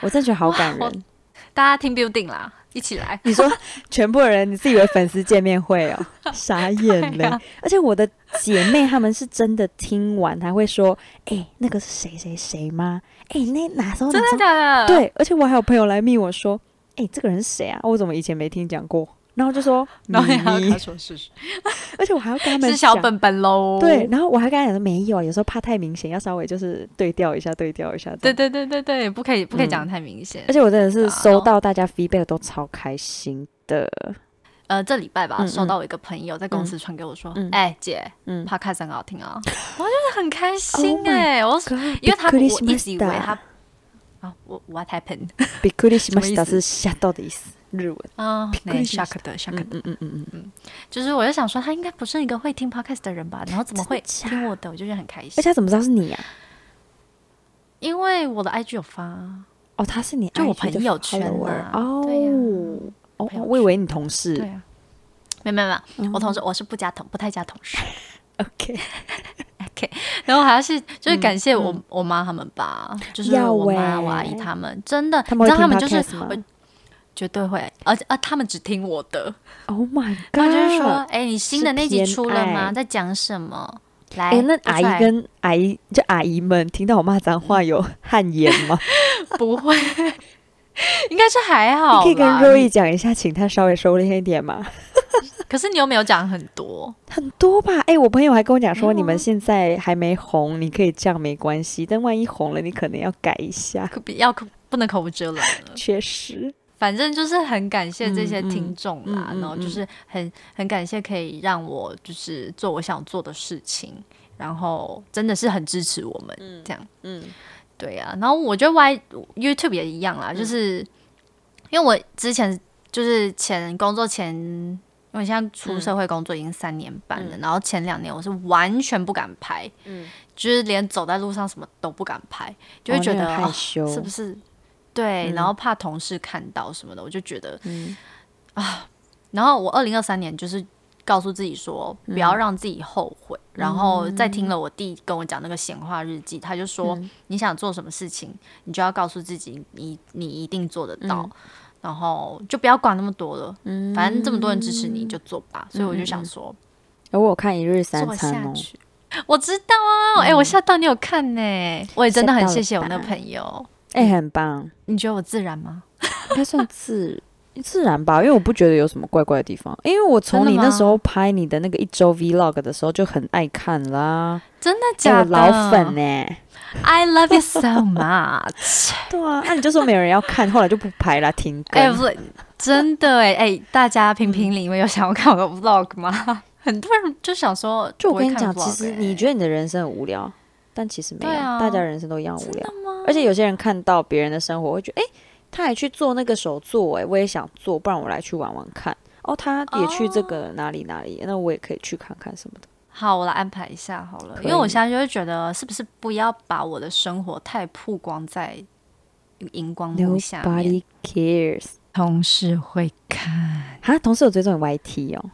S1: 我真的觉得好感
S2: 哇我
S1: 人。
S2: 大家听 building 啦，一起来。
S1: 你说全部人，你自以为粉丝见面会 哦？傻眼嘞！
S2: 对啊
S1: 而且我的姐妹她们是真的听完，还会说：“哎、那个是谁谁谁吗？哎、那哪时候哪
S2: 真
S1: 时
S2: 的
S1: 候
S2: 假的？，
S1: 对，而且我还有朋友来密我说：“哎、这个人是谁啊？我怎么以前没听讲过？”然后就说：“
S2: 然后你还要
S1: 咪
S2: 跟
S1: 咪
S2: 他说是是
S1: 而且我还要跟他们
S2: 是小
S1: 讲
S2: 本本喽。
S1: 对，然后我还跟他讲说没有，有时候怕太明显，要稍微就是对调一下，对调一下。
S2: 对对对对对，不可以不可以讲
S1: 嗯
S2: 得太明显
S1: 而。且我真的是
S2: 啊
S1: 收到大家 feedback 都超开心的，
S2: 呃，这礼拜吧，
S1: 嗯
S2: 收
S1: 嗯
S2: 到我一个朋友在公司传给我说
S1: 嗯：“
S2: 哎，姐
S1: 嗯，
S2: ，podcast 很好听啊。” 我就是很开心
S1: Oh my
S2: 哎，我因为他我一直以为他啊，我 what happened？
S1: 比库里西
S2: 么
S1: 马
S2: 意
S1: 西达是
S2: 思
S1: 吓到的意思，日文。
S2: 啊，
S1: びっ
S2: 那
S1: くりしま
S2: shock 的 shock 的
S1: 嗯。嗯嗯嗯嗯。
S2: 就是我就想说，他应该不是一个会听 podcast 的人吧？然后怎么会
S1: 真的假
S2: 听我的？我就觉得很开
S1: 而且
S2: 心，
S1: 他怎么知道是你啊？
S2: 因为我的 IG 有发，
S1: 哦，他是你
S2: 就我
S1: IG 的
S2: 朋友圈
S1: follower
S2: 啊
S1: 哦。
S2: 对呀
S1: 哦
S2: 朋友，
S1: 我以为你同事。
S2: 对啊，没有没有没有，
S1: 嗯
S2: 我同事我是不加同不太加同事，
S1: OK，
S2: 然后还要是就是
S1: 嗯
S2: 感谢我、
S1: 嗯
S2: 我妈他们吧，就是
S1: 要
S2: 我妈
S1: 欸
S2: 我阿姨他们，真的，
S1: 他们
S2: 你
S1: 会
S2: 知道
S1: 听
S2: 他们就是
S1: podcast 吗
S2: 我绝对会，而且呃他们只听我的，
S1: ？Oh my
S2: 他
S1: god！
S2: 就是说，哎、你新的
S1: 是
S2: 那集
S1: 偏
S2: 出了吗？
S1: 爱
S2: 在讲什么？来，
S1: 哎、那
S2: 播
S1: 阿
S2: 出来
S1: 姨跟阿姨就阿姨们听到我骂脏话有汗颜 吗？
S2: 不会，应该是还好
S1: 你
S2: 啦，
S1: 可以跟 Roy 讲一下，请他稍微收敛一点嘛。
S2: 可是你又没有讲很多，
S1: 很多吧？哎、我朋友还跟我讲说，
S2: 没有啊
S1: 你们现在还没红，你可以这样没关系，但万一红了，你可能要改一下。
S2: 可不要可不能口无遮拦了。
S1: 确实，
S2: 反正就是很感谢这些
S1: 嗯嗯
S2: 听众啦，
S1: 嗯嗯
S2: 然后就是很很感谢可以让我就是做我想做的事情，然后真的是很支持我们、这样。
S1: 嗯，
S2: 对啊，然后我觉得 Y YouTube 也一样啦，
S1: 嗯
S2: 就是、因为我之前就是前工作前，因为我现在出社会工作已经三年半了，然后前两年我是完全不敢拍，
S1: 嗯
S2: 就是连走在路上什么都不敢拍，就会
S1: 哦
S2: 觉
S1: 那
S2: 得、
S1: 个
S2: 啊
S1: 害羞，
S2: 是不是？对，
S1: 嗯
S2: 然后怕同事看到什么的，我就觉得，啊
S1: 嗯
S2: 然后我二零二三年就是告诉自己说，不要让自己后悔。然后再听了我弟跟我讲那个显化日记，他就说，你想做什么事情，你就要告诉自己你，你一定做得到。然后就不要管那么多了，反正这么多人支持你，你就做吧。所以我就想说，
S1: 哎我有看一日三
S2: 做
S1: 餐
S2: 下
S1: 哦，
S2: 去。我知道啊，哎、我吓到你有看呢、我也真的
S1: 吓
S2: 很
S1: 到了
S2: 谢谢我那
S1: 吧
S2: 朋友。
S1: 哎、很棒，
S2: 你觉得我自然吗？
S1: 应该算自自然吧，因为我不觉得有什么怪怪的地方，因为我从
S2: 真
S1: 你
S2: 的吗
S1: 那时候拍你的那个一周 vlog 的时候就很爱看啦，
S2: 真的
S1: 哎
S2: 假
S1: 我
S2: 的？
S1: 老粉呢、
S2: I love you so much
S1: 对啊，那、你就说没有人要看，后来就不拍啦，停更。
S2: 哎、不真的哎、哎、大家评评理，你们有想要看我的 vlog 吗？ 很多人就想说，
S1: 就我
S2: 不会
S1: 跟你
S2: 看
S1: 讲，其
S2: vlog
S1: 实
S2: 哎
S1: 你觉得你的人生很无聊，但其实没有，
S2: 对啊
S1: 大家人生都一样无
S2: 真
S1: 聊
S2: 的。吗？
S1: 而且有些人看到别人的生活，会觉得，哎、他还去做那个手作、诶，哎，我也想做，不然我来去玩玩看。哦，他也去这
S2: 哦
S1: 个哪里哪里，那我也可以去看看什么的。
S2: 好，我来安排一下好了，
S1: 可以
S2: 因为我现在就会觉得，是不是不要把我的生活太曝光在荧光幕下面，
S1: Nobody cares。
S2: 同事会看。
S1: 哈，同事有追踪你 YT 哦，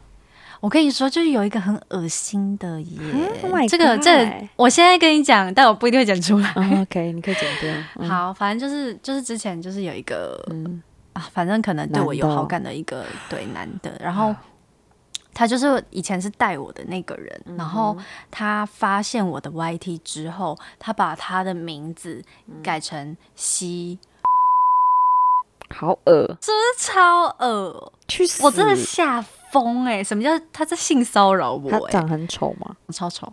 S2: 我跟你说，就是有一个很恶心的耶
S1: 啊，Oh my
S2: 嗯这个这个
S1: God
S2: 我现在跟你讲，但我不一定会剪出来。
S1: 嗯，OK，你可以剪掉。嗯，
S2: 好，反正就是就是之前就是有一个、
S1: 嗯
S2: 啊，反正可能对我
S1: 男
S2: 有
S1: 的哦啊
S2: 好感的一个对男的，然后他就是以前是带我的那个人，
S1: 嗯
S2: 然后他发现我的 YT 之后，他把他的名字
S1: 嗯
S2: 改成西，
S1: 好恶，
S2: 这超恶，
S1: 去死！
S2: 我真的吓疯哎！什么叫他在性骚扰我
S1: 他
S2: 哎、
S1: 长很丑吗？
S2: 超丑。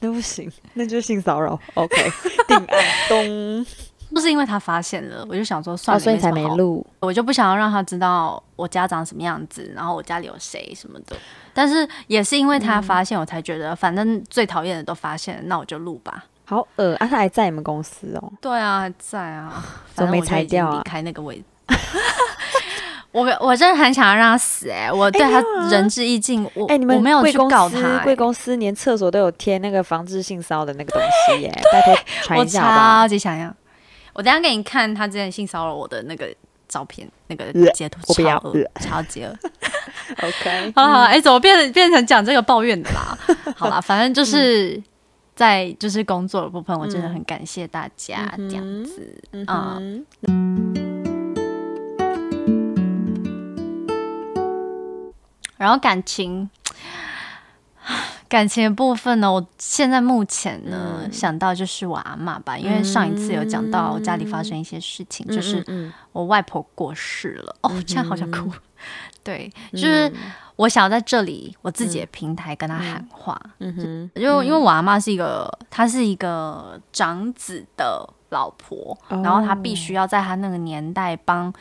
S1: 那不行，那就是性骚扰。OK，定 案咚。
S2: 不是因为他发现了，我就想说算
S1: 哦，
S2: 了，
S1: 所以你
S2: 什
S1: 才
S2: 么
S1: 没
S2: 好
S1: 录。
S2: 我就不想要让他知道我家长什么样子，然后我家里有谁什么的。但是也是因为他发现，我才觉得反正最讨厌的都发现了，那我就录吧。
S1: 好恶啊！他还在你们公司哦，
S2: 对啊，还在啊，
S1: 怎
S2: 反
S1: 么
S2: 正
S1: 没
S2: 我就
S1: 裁
S2: 已经
S1: 掉啊
S2: 离开那个 位置。我我真的很想要让他死哎、我对他人至义尽，我
S1: 哎、你们
S2: 我没有
S1: 贵
S2: 去
S1: 公
S2: 告
S1: 司
S2: 他、哎
S1: 贵公司连厕所都有贴那个防治性骚扰的那个东西耶，拜托传
S2: 我
S1: 一下好不好？
S2: 超级想要。我等一下给你看他之前性骚扰我的那个照片，那个
S1: 呃
S2: 截图
S1: 我不
S2: 超
S1: 要
S2: 恶
S1: 呃，
S2: 超级恶。
S1: OK，
S2: 好了好了，哎、怎么变变成讲这个抱怨的 啦？好啦，反正
S1: 嗯
S2: 就是在就是工作的部分，我真的很感谢大家、
S1: 嗯哼
S2: 这样子。
S1: 嗯
S2: 啊
S1: 哼，
S2: 然后感情， 感情的部分呢，我现在目前呢、
S1: 嗯
S2: 想到就是我阿嬷吧，因为上一次有讲到我家里发生一些事情，就
S1: 就是是嗯，
S2: 我外婆过世了，哦，现在好想哭。 对，就是我想要在这里我自己的平台跟她喊话，
S1: 嗯嗯哼，
S2: 就因为我阿妈是一个，她是一个长子的老婆，
S1: 哦
S2: 然后她必须要在她那个年代帮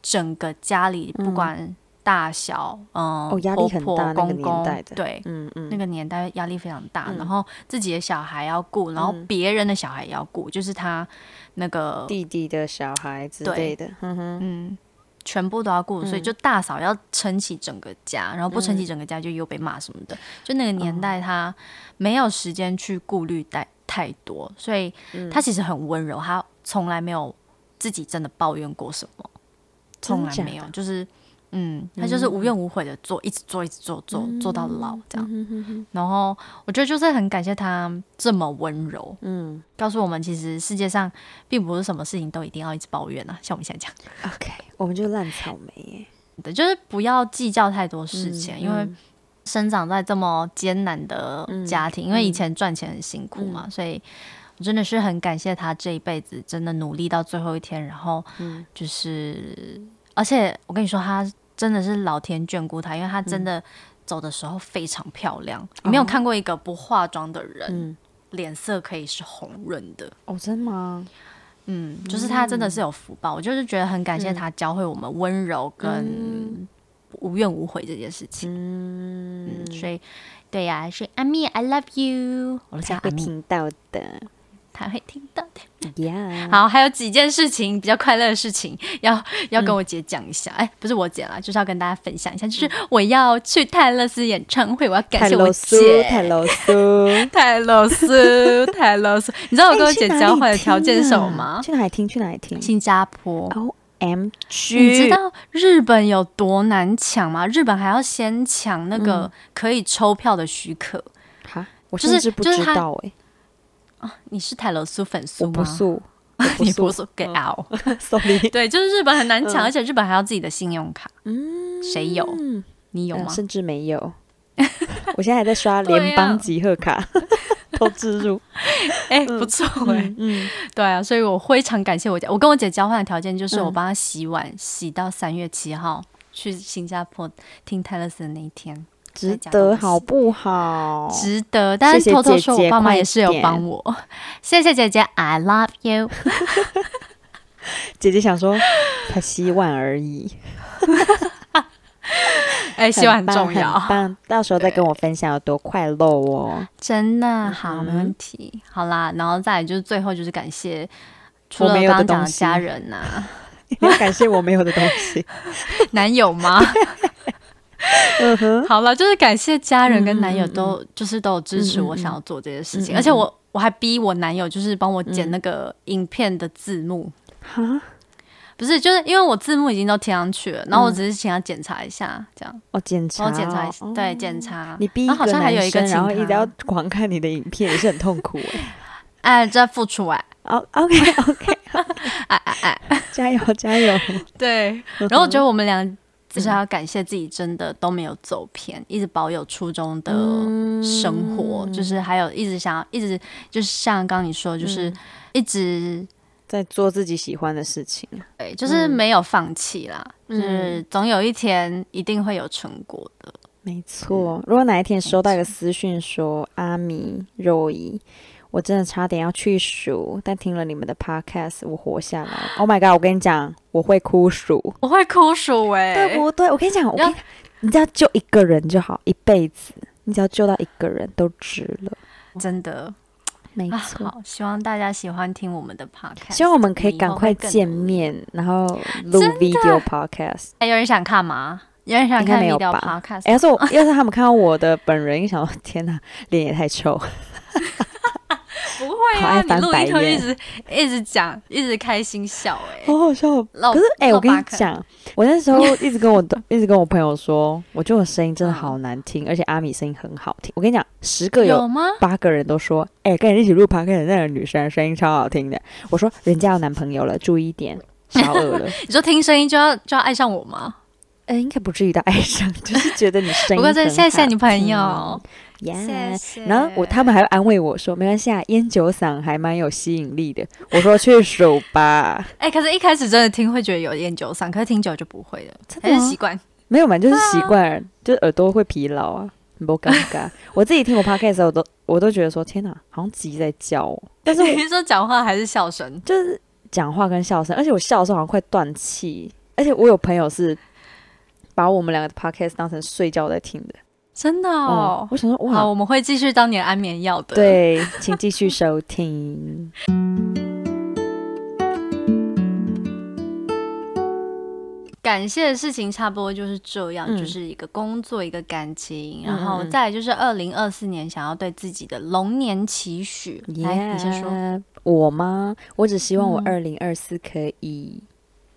S2: 整个家里不管大小，嗯，
S1: 嗯哦压力
S2: 婆
S1: 很
S2: 婆
S1: 大那个
S2: 公
S1: 年
S2: 公
S1: 代的
S2: 对。
S1: 嗯嗯，
S2: 那个年代压力非常大，然后自己的小孩要顾，然后别人的小孩也要顾，就是她那个
S1: 嗯弟弟的小孩之
S2: 对
S1: 类的，嗯哼，
S2: 嗯，全部都要
S1: 嗯
S2: 顾，所以就大嫂要撑起整个家，然后不撑起整个家就又被骂什么
S1: 嗯
S2: 的。就那个年代，她没有时间去顾虑太太多，所以
S1: 嗯
S2: 她其实很温柔，她从来没有自己真的抱怨过什么，从来
S1: 真的
S2: 没
S1: 假
S2: 有
S1: 的，
S2: 就是。嗯，她就是无怨无悔的做，一直做，一直做，做
S1: 嗯
S2: 做到老这样。然后我觉得就是很感谢她这么温柔，
S1: 嗯
S2: 告诉我们其实世界上并不是什么事情都一定要一直抱怨啊，像我们现在讲。
S1: ，OK，我们就烂草莓耶，
S2: 的，就是不要计较太多 事情，
S1: 嗯
S2: 因为
S1: 嗯
S2: 生长在这么艰难的家庭，
S1: 嗯
S2: 因为以前赚钱很辛苦嘛，所以我真的是很感谢他这一辈子
S1: 嗯
S2: 真的努力到最后一天，然后就是，而且我跟你说，他真的是老天眷顾她，因为她
S1: 嗯
S2: 真的走的时候非常漂亮，你没有看过一个不化妆的人、
S1: 哦嗯，
S2: 脸色可以是红润的。
S1: 哦，真的吗？
S2: 嗯，就是她真的是有福报，我就是觉得很感谢她教会我们温柔跟
S1: 嗯
S2: 无怨无悔这件事情。
S1: 嗯
S2: 嗯，，所以对呀、所以阿蜜，I love you，我都叫
S1: 他
S2: 阿
S1: 会
S2: 蜜，
S1: 听到的
S2: 她会听到的。
S1: 呀。
S2: 好，还有几件事情比较快乐的事情，要要跟我姐讲一下。哎、不是我姐啦，就是要跟大家分享一下，就是我要去泰勒斯演唱会，我要感
S1: 泰
S2: 谢我
S1: 罗
S2: 姐
S1: 苏，。泰罗苏，
S2: 泰勒斯， 泰勒斯，你知道我
S1: 哎
S2: 跟我
S1: 去
S2: 姐
S1: 哪
S2: 交
S1: 里
S2: 换的条件
S1: 听
S2: 是什么
S1: 啊
S2: 吗？
S1: 去哪里听？去哪里听
S2: 新加坡。
S1: ？O M G，
S2: 你知道日本有多难抢吗？日本还要先抢那
S1: 嗯
S2: 个可以抽票的许可。
S1: 哈？我
S2: 就
S1: 甚
S2: 是
S1: 至不
S2: 就是
S1: 知
S2: 他
S1: 道哎，
S2: 你是泰勒斯粉丝
S1: 我
S2: 吗？
S1: 不素，我
S2: 你不
S1: 不嗯
S2: 是 get out。
S1: ，sorry。
S2: 对，就是日本很难抢，而且日本还要自己的信用卡。嗯，谁有？
S1: 嗯，
S2: 你有
S1: 呃
S2: 吗？
S1: 甚至没 有。我现在还在刷
S2: 对
S1: 联
S2: 啊
S1: 邦集贺卡，都植入。
S2: 哎、不错哎、
S1: 嗯，
S2: 对啊，所以我非常感谢我姐。我跟我姐交换的条件
S1: 嗯
S2: 就是我帮她洗碗，洗到三月七号去新加坡听泰勒斯的那一天，
S1: 值
S2: 假东
S1: 得
S2: 西
S1: 好不好？
S2: 值得。但是
S1: 哦谢谢
S2: 偷偷
S1: 姐
S2: 说，我
S1: 姐
S2: 爸妈
S1: 快
S2: 也是有
S1: 点
S2: 帮我。谢谢姐姐，I love you。
S1: 姐姐想说，才洗碗而 已，
S2: 哎、洗碗很
S1: 棒
S2: 重 要
S1: 很，棒。到时候再跟我分享有多快乐哦。
S2: 真的好，没问
S1: 嗯
S2: 题。好啦，然后再来就是最后就是感谢。除
S1: 我
S2: 了
S1: 没
S2: 刚
S1: 有的
S2: 刚讲
S1: 东
S2: 的
S1: 西
S2: 家人呐、啊
S1: 你要感谢我没有的东西。
S2: 男友 吗？
S1: 嗯哼，
S2: 好了，就是感谢家人跟男友
S1: 嗯嗯嗯
S2: 都、就是都有支持
S1: 嗯嗯
S2: 我想要做这些事情，
S1: 嗯嗯
S2: 而且我我还逼我男友就是帮我剪那个影片的字幕，
S1: 哈，
S2: 不是就是因为我字幕已经都贴上去了，然后我只是请他检查一下，这样
S1: 哦，检查哦，
S2: 帮我检查一下，对，
S1: 哦
S2: 检查。
S1: 你逼一
S2: 然后好
S1: 个
S2: 像还有
S1: 男
S2: 一个
S1: 生然后
S2: 请
S1: 一直
S2: 他
S1: 要狂看你的影片，也是很痛苦 哎。
S2: 哎，这付出哎，
S1: 哦，OK OK，
S2: 哎哎哎，
S1: 加油加油。
S2: 对。然后我觉得我们俩
S1: 嗯
S2: 就是要感谢自己，真的都没有走偏，一直保有初衷的。生活，
S1: 嗯
S2: 就是还有一直想要，一直就是像刚你说，就是
S1: 嗯
S2: 一直、
S1: 在做自己喜欢的事情，
S2: 对，就是没有放弃啦，
S1: 嗯
S2: 就是总有一天一定会有成果的。
S1: 没错。如果哪一天收到一个私讯说阿米肉姨，我真的差点要去数，但听了你们的 podcast，我活下来。Oh my god！我跟你讲，我会哭欸数，
S2: 我会哭鼠哎、
S1: 对不对？我跟你讲，我跟
S2: 要
S1: 你你只要救一个人就好，一辈子你只要救到一个人都值了，
S2: 真的
S1: 没
S2: 啊，
S1: 错。
S2: 好，希望大家喜欢听我们的 podcast，
S1: 希望我们可以
S2: 以后
S1: 赶
S2: 会
S1: 快
S2: 更
S1: 见
S2: 努力。
S1: 面，然后录 video podcast。
S2: 哎，有人想看吗？有人想
S1: 应该
S2: 看
S1: 没有
S2: video
S1: 吧
S2: podcast？
S1: 哎，要是我要是他们看到我的本人，想说天哪，脸也太臭。
S2: 不会
S1: 好
S2: 啊，
S1: 爱
S2: 你
S1: 翻
S2: 录
S1: 白
S2: 音头一
S1: 眼
S2: 直一直讲，一直开心笑哎、
S1: 好好笑哦。
S2: 老
S1: 可是哎、
S2: 老
S1: 我跟
S2: 巴
S1: 你
S2: 克
S1: 讲，我那 时候一直跟我的一直跟我朋友说，我觉得我声音真
S2: 嗯
S1: 的好难听，而且阿米声音很好听。我跟你讲，十个
S2: 有
S1: 有
S2: 吗？
S1: 八个人都说，哎、跟你一起录 p o d 那个女生声音超好听的。我说人家有男朋友了，注意一 点，少恶了。
S2: 你说听声音就要就要爱上我吗？
S1: 呃，应该不至于到爱上， 就是觉得你声音。嗯
S2: 不过这谢谢你朋友，
S1: Yeah
S2: 谢谢。
S1: 然后我他们还会安慰我说：“没关系啊，烟酒嗓还蛮有吸引力的。”我 说：“去数吧。
S2: 哎、可是一开始真的听会觉得有烟酒嗓，可是听久就不会了，”
S1: 真
S2: 还是哎 习惯。
S1: 没有嘛，就是习惯，就是耳朵会疲劳啊，很不尴尬。我自己听我 podcast 的时候，我都我都觉得说：“天哪，好像鸡在叫、哦。”但是我
S2: 你是说讲话还是笑声？
S1: 就是讲话跟笑声，而且我笑的时候好像快断气。而且我有朋友是把我们两个的 podcast 当成睡觉在听的。
S2: 真的
S1: 哦、
S2: 哦。
S1: 我想说哇
S2: 好，，我们会继续当你的安眠药的。，
S1: 对，请继续收听。
S2: 感谢的事情差不多就是这样，
S1: 嗯
S2: 就是一个工作，一个感情，
S1: 嗯
S2: 然后
S1: 嗯嗯
S2: 再来就是二零二四年想要对自己的龙年期许。来，你先说。
S1: Yeah，我哎吗？我只希望我二
S2: 嗯
S1: 零二四可以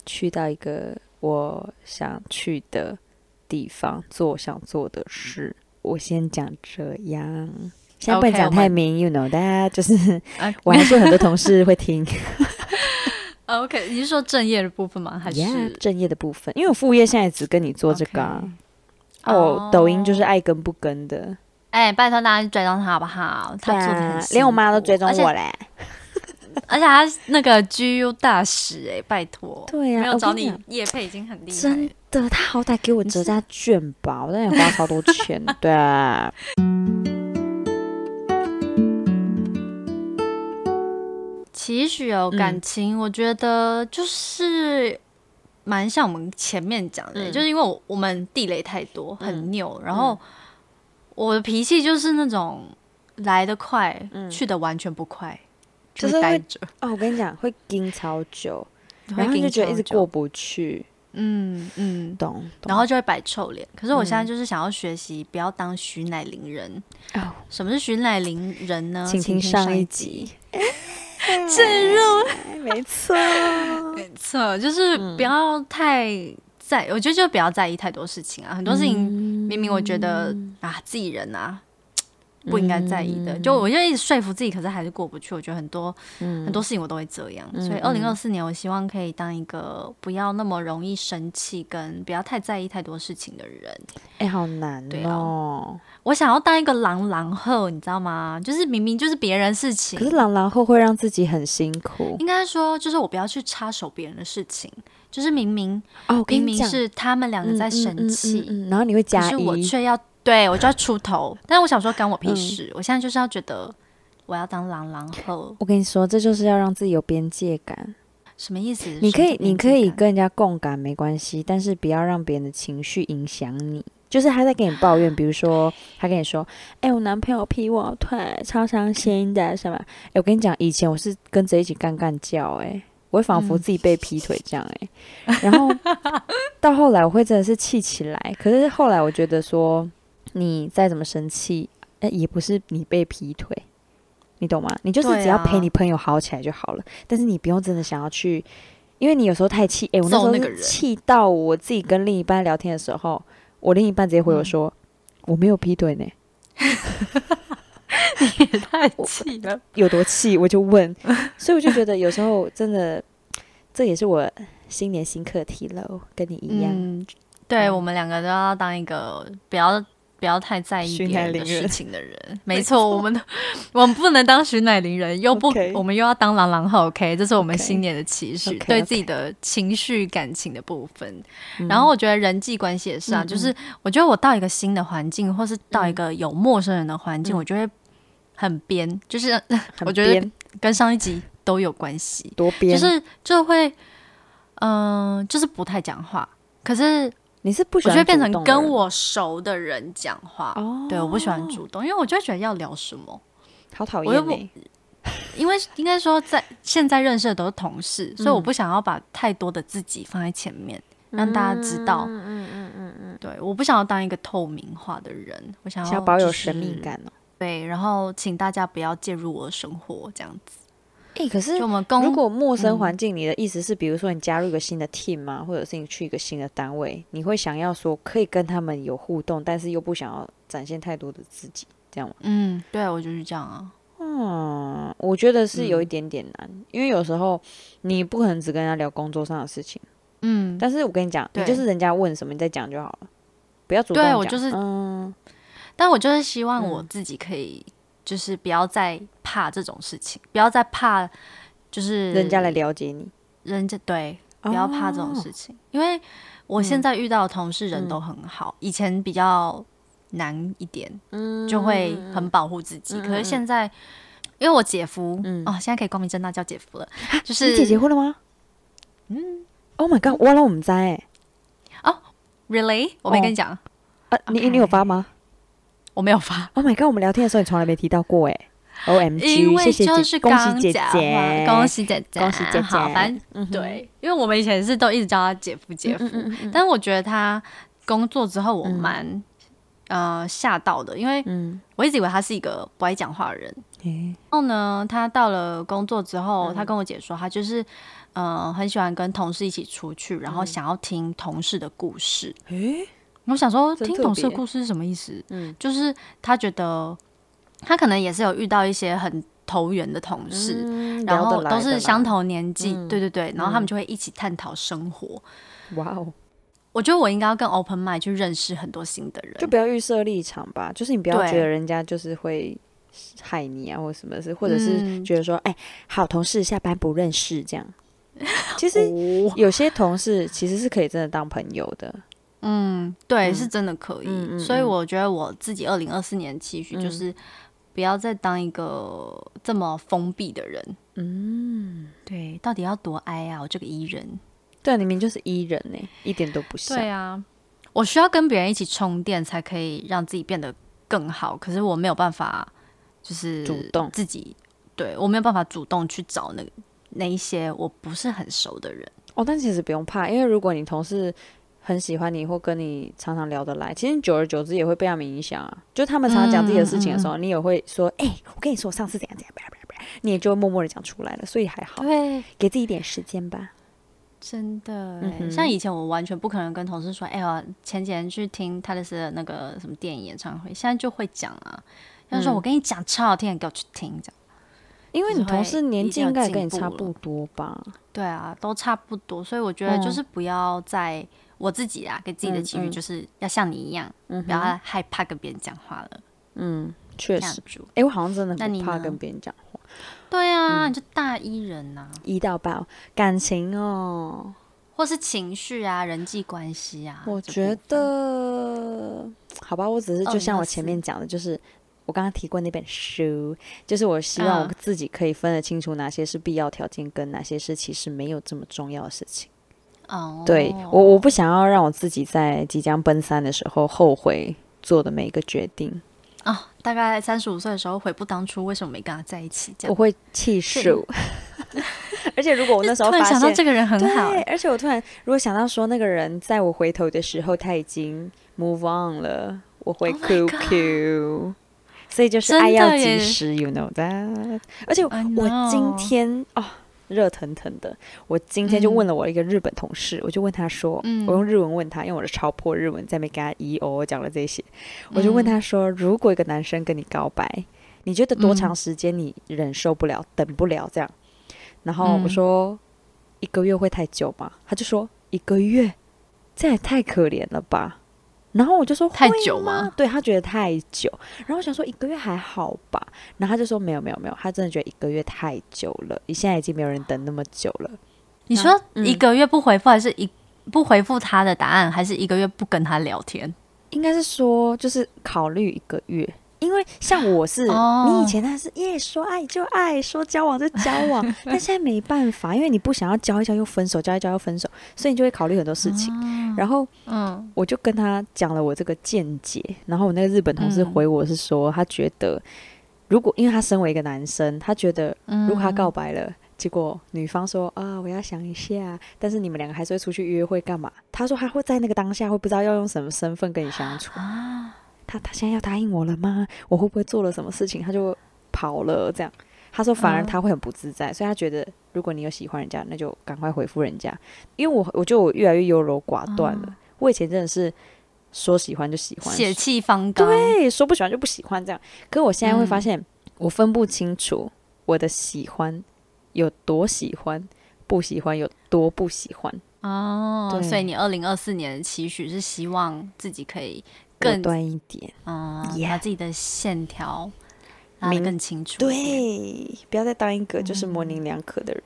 S1: 去到一个我想去的地方，做我想做的事。我先讲这样，现在不
S2: OK，
S1: 能讲
S2: 我
S1: 太
S2: 们
S1: 明，you know that，就是
S2: 啊
S1: 我还是有很多同事会听
S2: 啊 OK，你是说正业的部分 吗？还是
S1: yeah, 正业的部分，因为我副业现在只跟你做这个啊。啊，
S2: 哦
S1: 我抖音就是爱跟不跟的，
S2: 哎、拜托大家去追踪他好不好？他
S1: 对
S2: 做的
S1: 啊
S2: 很，辛
S1: 连我妈都
S2: 苦
S1: 追踪
S2: 而且
S1: 我嘞。
S2: 而且他那个 GU 大使哎、拜托，
S1: 对呀、啊
S2: 没
S1: 我
S2: 有
S1: 跟
S2: 找
S1: 你
S2: 你
S1: 讲
S2: 叶配已经很厉害了。
S1: 真的，他好歹给我折价券吧，我那也花超多 钱的。对啊
S2: 期许哦，
S1: 嗯
S2: 感情，我觉得就是蛮像我们前面讲的，
S1: 嗯
S2: 就是因为我我们地雷太多，很
S1: 嗯
S2: 拗，然后我的脾气就是那种来得快，去的完全不快，
S1: 嗯就是
S2: 会
S1: 会
S2: 待着，
S1: 哦，我跟你讲，会盯超久，
S2: 哦会
S1: 然后
S2: 盯
S1: 就觉得
S2: 超
S1: 一直
S2: 久
S1: 过，不去，
S2: 嗯嗯。
S1: 懂？懂
S2: 然后就会摆臭脸。可是我现在
S1: 嗯
S2: 就是想要学习，不要当徐乃麟人。
S1: 哦，
S2: 什么是徐乃麟人呢？
S1: 请听上
S2: 一
S1: 一 集。
S2: 正入
S1: 哎没 错，
S2: 没错，就是不要太在，我觉得就不要在意太多事情啊。很多事情
S1: 嗯
S2: 明明我觉得、啊，自己人
S1: 嗯
S2: 啊。不应该在意的，就我就一直说服自己，可是还是过不去。我觉得很多、
S1: 嗯
S2: 很多事情我都会这样，
S1: 嗯
S2: 所以
S1: 嗯
S2: 二零二四年，我希望可以当一个不要那么容易生气，跟不要太在意太多事情的人。
S1: 哎、好难
S2: 对啊
S1: 哦。
S2: 我想要当一个狼狼后，你知道吗？就是明明就是别人事情，
S1: 可是朗朗后会让自己很辛苦
S2: 应该说就是我不要去插手别人的事情，就是明明
S1: 哦。我
S2: 明
S1: 跟你
S2: 明
S1: 讲，
S2: 是他们两个在生气，
S1: 嗯嗯嗯嗯嗯然后你会
S2: 可
S1: 加
S2: 是我
S1: 一，
S2: 却要对我就要出 头。但是我想说，干我屁
S1: 嗯
S2: 事！我现在就是要觉得我要当狼狼后，
S1: 我跟你说，这就是要让自己有边界感。
S2: 什么意思？
S1: 你可以
S2: 什么，边
S1: 你
S2: 界
S1: 可以
S2: 感
S1: 跟人家共感没关系，但是不要让别人的情绪影响你。就是他在跟你抱怨，比如说他跟你说：“哎、我男朋友劈我腿，超伤心的，什么？”哎、我跟你讲，以前我是跟着一起干干叫、哎，我会仿佛
S2: 嗯
S1: 自己被劈腿这样、哎、然后到后来我会真的是气起来。可是后来我觉得说，你再怎么生气，哎、也不是你被劈腿，你懂吗？你就是
S2: 对
S1: 只要
S2: 啊
S1: 陪你朋友好起来就好了，但是你不用真的想要去，因为你有时候太气，哎、我那时
S2: 揍
S1: 候
S2: 那个
S1: 是
S2: 人
S1: 气到我自己跟另一半聊天的时候，我另一半直接回我
S2: 嗯
S1: 说，我没有劈腿呢，
S2: 也太气了。
S1: 有多气，我就 问，所以我就觉得有时候真的，这也是我新年新课题喽，跟你一样，
S2: 嗯，对
S1: 嗯
S2: 我们两个都要当一个不要不要太在意
S1: 徐
S2: 别
S1: 乃
S2: 人的
S1: 麟
S2: 事
S1: 人
S2: 情的人。 没错，我们都我们不能当徐乃麟人，又不
S1: OK
S2: 我们又要当郎朗后。OK，这是我们
S1: OK
S2: 新年的期许
S1: OK，
S2: 对
S1: OK
S2: 自己的情绪感情的部分。
S1: 嗯
S2: 然后我觉得人际关系也是啊，
S1: 嗯
S2: 就是我觉得我到一个新的环境，或是到一
S1: 嗯
S2: 个有陌生人的环境，
S1: 嗯
S2: 我就会很编，就是
S1: 很
S2: 我觉得
S1: 边
S2: 跟上一集都有关系。
S1: 多
S2: 就
S1: 边，
S2: 是就会，嗯、就是不太讲话。可是
S1: 你是不喜
S2: 我
S1: 欢
S2: 就会变
S1: 主
S2: 成
S1: 动的
S2: 跟
S1: 人
S2: 我熟的人讲话。
S1: 哦，
S2: 对，我不喜欢主动，因为我就会觉得要聊什么，
S1: 好讨
S2: 我又
S1: 厌欸
S2: 不
S1: 呢，
S2: 因为应该说在现在认识的都是同事，所以我
S1: 嗯
S2: 不想要把太多的自己放在前面，让大家知道。
S1: 嗯嗯嗯嗯嗯，
S2: 对，我不想要当一个透明化的人，我想要、
S1: 想要保有神秘。感哦。
S2: 对，然后请大家不要介入我的生活，这样子。
S1: 哎、可是
S2: 就我们公
S1: 如果陌生
S2: 嗯
S1: 环境，你的意思是，比如说你加入一个新的 team 吗？或者是你去一个新的单位，你会想要说可以跟他们有互动，但是又不想要展现太多的自己，这样吗？
S2: 嗯，对我就是这样啊。
S1: 嗯，我觉得是有一点点难，因为有时候你不可能只跟人家聊工作上的事情。
S2: 嗯，
S1: 但是我跟你讲，你
S2: 对
S1: 就是人家问什么你再讲就好了，不要主动
S2: 对
S1: 讲。
S2: 我就是
S1: 嗯，
S2: 但我就是希望我
S1: 嗯
S2: 自己可以，就是不要再怕这种事情，不要再怕，就是
S1: 人家来了解你，
S2: 人家对，不要怕这种
S1: 哦嗯
S2: 事情，因为我现在遇到的同事人都很好，以前比较难一点，
S1: 嗯
S2: 就会很保护自己，
S1: 嗯嗯
S2: 可是
S1: 嗯
S2: 现在。因为我姐夫，
S1: 嗯
S2: 哦，现在可以光明正大叫姐夫了，就
S1: 你
S2: 是
S1: 姐结婚了吗？嗯，Oh my god，哇了我们在哎、
S2: really，我没
S1: 哦
S2: 跟你讲，
S1: 啊，你你有发吗？
S2: 我没有发，
S1: Oh my god！我们聊天的时候，你从来没提到过哎。O M
S2: 因
S1: G！
S2: 为
S1: 谢谢
S2: 就
S1: 姐，
S2: 是
S1: 恭
S2: 刚
S1: 喜姐
S2: 讲话
S1: 姐，
S2: 恭喜姐姐，
S1: 恭喜姐姐。
S2: 好，反正
S1: 嗯哼，嗯
S2: 对，因为我们以前是都一直叫他姐夫姐夫，但我觉得他工作之后我蛮、呃吓到的，因为
S1: 嗯，
S2: 我一直以为他是一个不爱讲话的人。
S1: 诶
S2: 然后呢，他到了工作之后，
S1: 嗯
S2: 他跟我姐说，他就是呃很喜欢跟同事一起出去，然
S1: 嗯
S2: 后想要听同事的故事。
S1: 诶，
S2: 我想说，
S1: 真
S2: 听
S1: 特
S2: 同事的
S1: 别
S2: 故事是什么意思？
S1: 嗯
S2: 就是他觉得他可能也是有遇到一些很投缘的同事，
S1: 嗯聊
S2: 然
S1: 得
S2: 后
S1: 来
S2: 都
S1: 的
S2: 是
S1: 啦
S2: 相。同年纪，
S1: 嗯
S2: 对对对，然后他们
S1: 嗯
S2: 就会一起探讨生活。
S1: 哇哦，
S2: 我觉得我应该要更 open mind 去认识很多新的人，
S1: 就不要预设立场吧，就是你不要
S2: 对
S1: 觉得人家就是会害你啊，或者什么事，或者是
S2: 嗯
S1: 觉得说，哎，好同事下班不认识这样。其实
S2: 哦，
S1: 有些同事其实是可以真的当朋友的，
S2: 嗯，对，
S1: 嗯
S2: 是真的可以。
S1: 嗯嗯
S2: 所以
S1: 嗯
S2: 我觉得我自己二零二四年期许就是不要再当一个这么封闭的人。
S1: 嗯，
S2: 对，到底要多哀啊！我这个 E 人。
S1: 对，你明明就是 E 人呢、一点都不像。
S2: 对啊，我需要跟别人一起充电，才可以让自己变得更好。可是我没有办法，就是
S1: 主动
S2: 自己，对我没有办法主动去找那那一些我不是很熟的人。
S1: 哦，但其实不用怕，因为如果你同事很喜欢你或跟你常常聊得来，其实久而久之也会被他们影响啊。就他们常常讲自己的事情的
S2: 嗯
S1: 时候，你也会说：“哎、我跟你说，我上次怎样怎样，叭叭叭叭。”你也就会默默的讲出来了，所以还好，
S2: 对，
S1: 给自己一点时间吧。
S2: 真的欸、
S1: 嗯哼
S2: 像以前我完全不可能跟同事说，哎、呀，前几天去听泰勒斯的那个什么电影演唱会，现在就会讲啊。他说：“
S1: 嗯
S2: 我跟你讲超好听，你给我去听。”这样
S1: 因为你同事年纪应该也跟你
S2: 就是会
S1: 差
S2: 一定
S1: 不
S2: 要
S1: 多吧？
S2: 对啊，都差不多，所以我觉得
S1: 嗯
S2: 就是不要再、我自己啊，给自己的
S1: 嗯
S2: 期许
S1: 嗯
S2: 就是要像你一样，
S1: 嗯
S2: 不要
S1: 哼，
S2: 害怕跟别人讲话了，
S1: 嗯，确
S2: 这样
S1: 实。
S2: 住。
S1: 哎、我好像真的
S2: 那你
S1: 很怕
S2: 呢
S1: 跟别人讲话，
S2: 对啊，
S1: 嗯
S2: 你就大一人呐、
S1: 一到爆感情哦。
S2: 或是情绪啊、人际关系啊，
S1: 我
S2: 这哦
S1: 觉
S2: 部分
S1: 得，好吧，我只是就像我前面讲的，就是我刚刚提过那本书，就是我希望我
S2: 嗯
S1: 自己可以分得清楚哪些是必要条件，跟哪些是其实没有这么重要的事情。
S2: 哦，
S1: 对我，我不想要让我自己在即将奔三的时候后悔做的每一个决定，
S2: 哦，大概三十五岁的时候悔不当初，为什么没跟他在一起？这
S1: 我
S2: 样，
S1: 会气
S2: 是
S1: 数。 而且如果我那时候
S2: 突然
S1: 发
S2: 想
S1: 现，
S2: 到这个人很好
S1: 对，，而且我突然如果想到说那个人在我回头的时候他已经 move on 了，我会
S2: Oh my
S1: QQ，、所以就是
S2: 真的
S1: 爱要及
S2: 耶
S1: 时，you know that。而且
S2: I
S1: 我今
S2: know
S1: 天哦，热腾腾的，我今天就问
S2: 嗯
S1: 了我一个日本同事，我就问他说，
S2: 嗯
S1: 我用日文问他，因为我的超破日文在没跟他一哦我讲了这些，我
S2: 嗯
S1: 就问他说，如果一个男生跟你告白，你觉得多长
S2: 嗯
S1: 时间你忍受不了、等不了这样？然后我
S2: 嗯
S1: 说、一个月会太久吗？他就说一个月，这也太可怜了吧。然后我就说
S2: 太
S1: 会
S2: 久
S1: 吗
S2: 吗？
S1: 对他觉得太久。然后我想说一个月还好吧，然后他就说没有没有没有，他真的觉得一个月太久了，现在已经没有人等那么久了。
S2: 你说
S1: 嗯
S2: 一个月不回复，还是一不回复他的答案，还是一个月不跟他聊天？
S1: 应该是说，就是考虑一个月，因为像我是，
S2: 哦
S1: 你以前那是耶，说爱就爱，说交往就交往， 但现在没办法，因为你不想要交一交又分手，交一交又分手，所以你就会考虑很多事情。然后
S2: 嗯，
S1: 我就跟他讲了我这个见解，然后我那个日本同事
S2: 嗯
S1: 回我是说，他觉得如果因为他身为一个男生，他觉得
S2: 嗯
S1: 如果他告白了，结果女方说啊，我要想一下，但是你们两个还是会出去约会干嘛？他说他会在那个当下会不知道要用什么身份跟你相处。
S2: 啊，
S1: 他他现在要答应我了吗？我会不会做了什么事情他就跑了？这样他说反而
S2: 嗯
S1: 他会很不自在，所以他觉得如果你有喜欢人家，那就赶快回复人家。因为我我觉得我越来越优柔寡断
S2: 嗯
S1: 了，我以前真的是说喜欢就喜欢，
S2: 血气方刚，
S1: 对，说不喜欢就不喜欢这样。可是我现在会发
S2: 嗯
S1: 现，我分不清楚我的喜欢有多喜欢，不喜欢有多不喜欢。
S2: 哦，
S1: 对
S2: 所以你二零二四年的期许是希望自己可以
S1: 果
S2: 更
S1: 断一点，
S2: 嗯
S1: Yeah
S2: 把自己的线条拉得
S1: 明
S2: 更清楚。，
S1: 对，不要再当一个就是
S2: 嗯
S1: 模棱两可的人。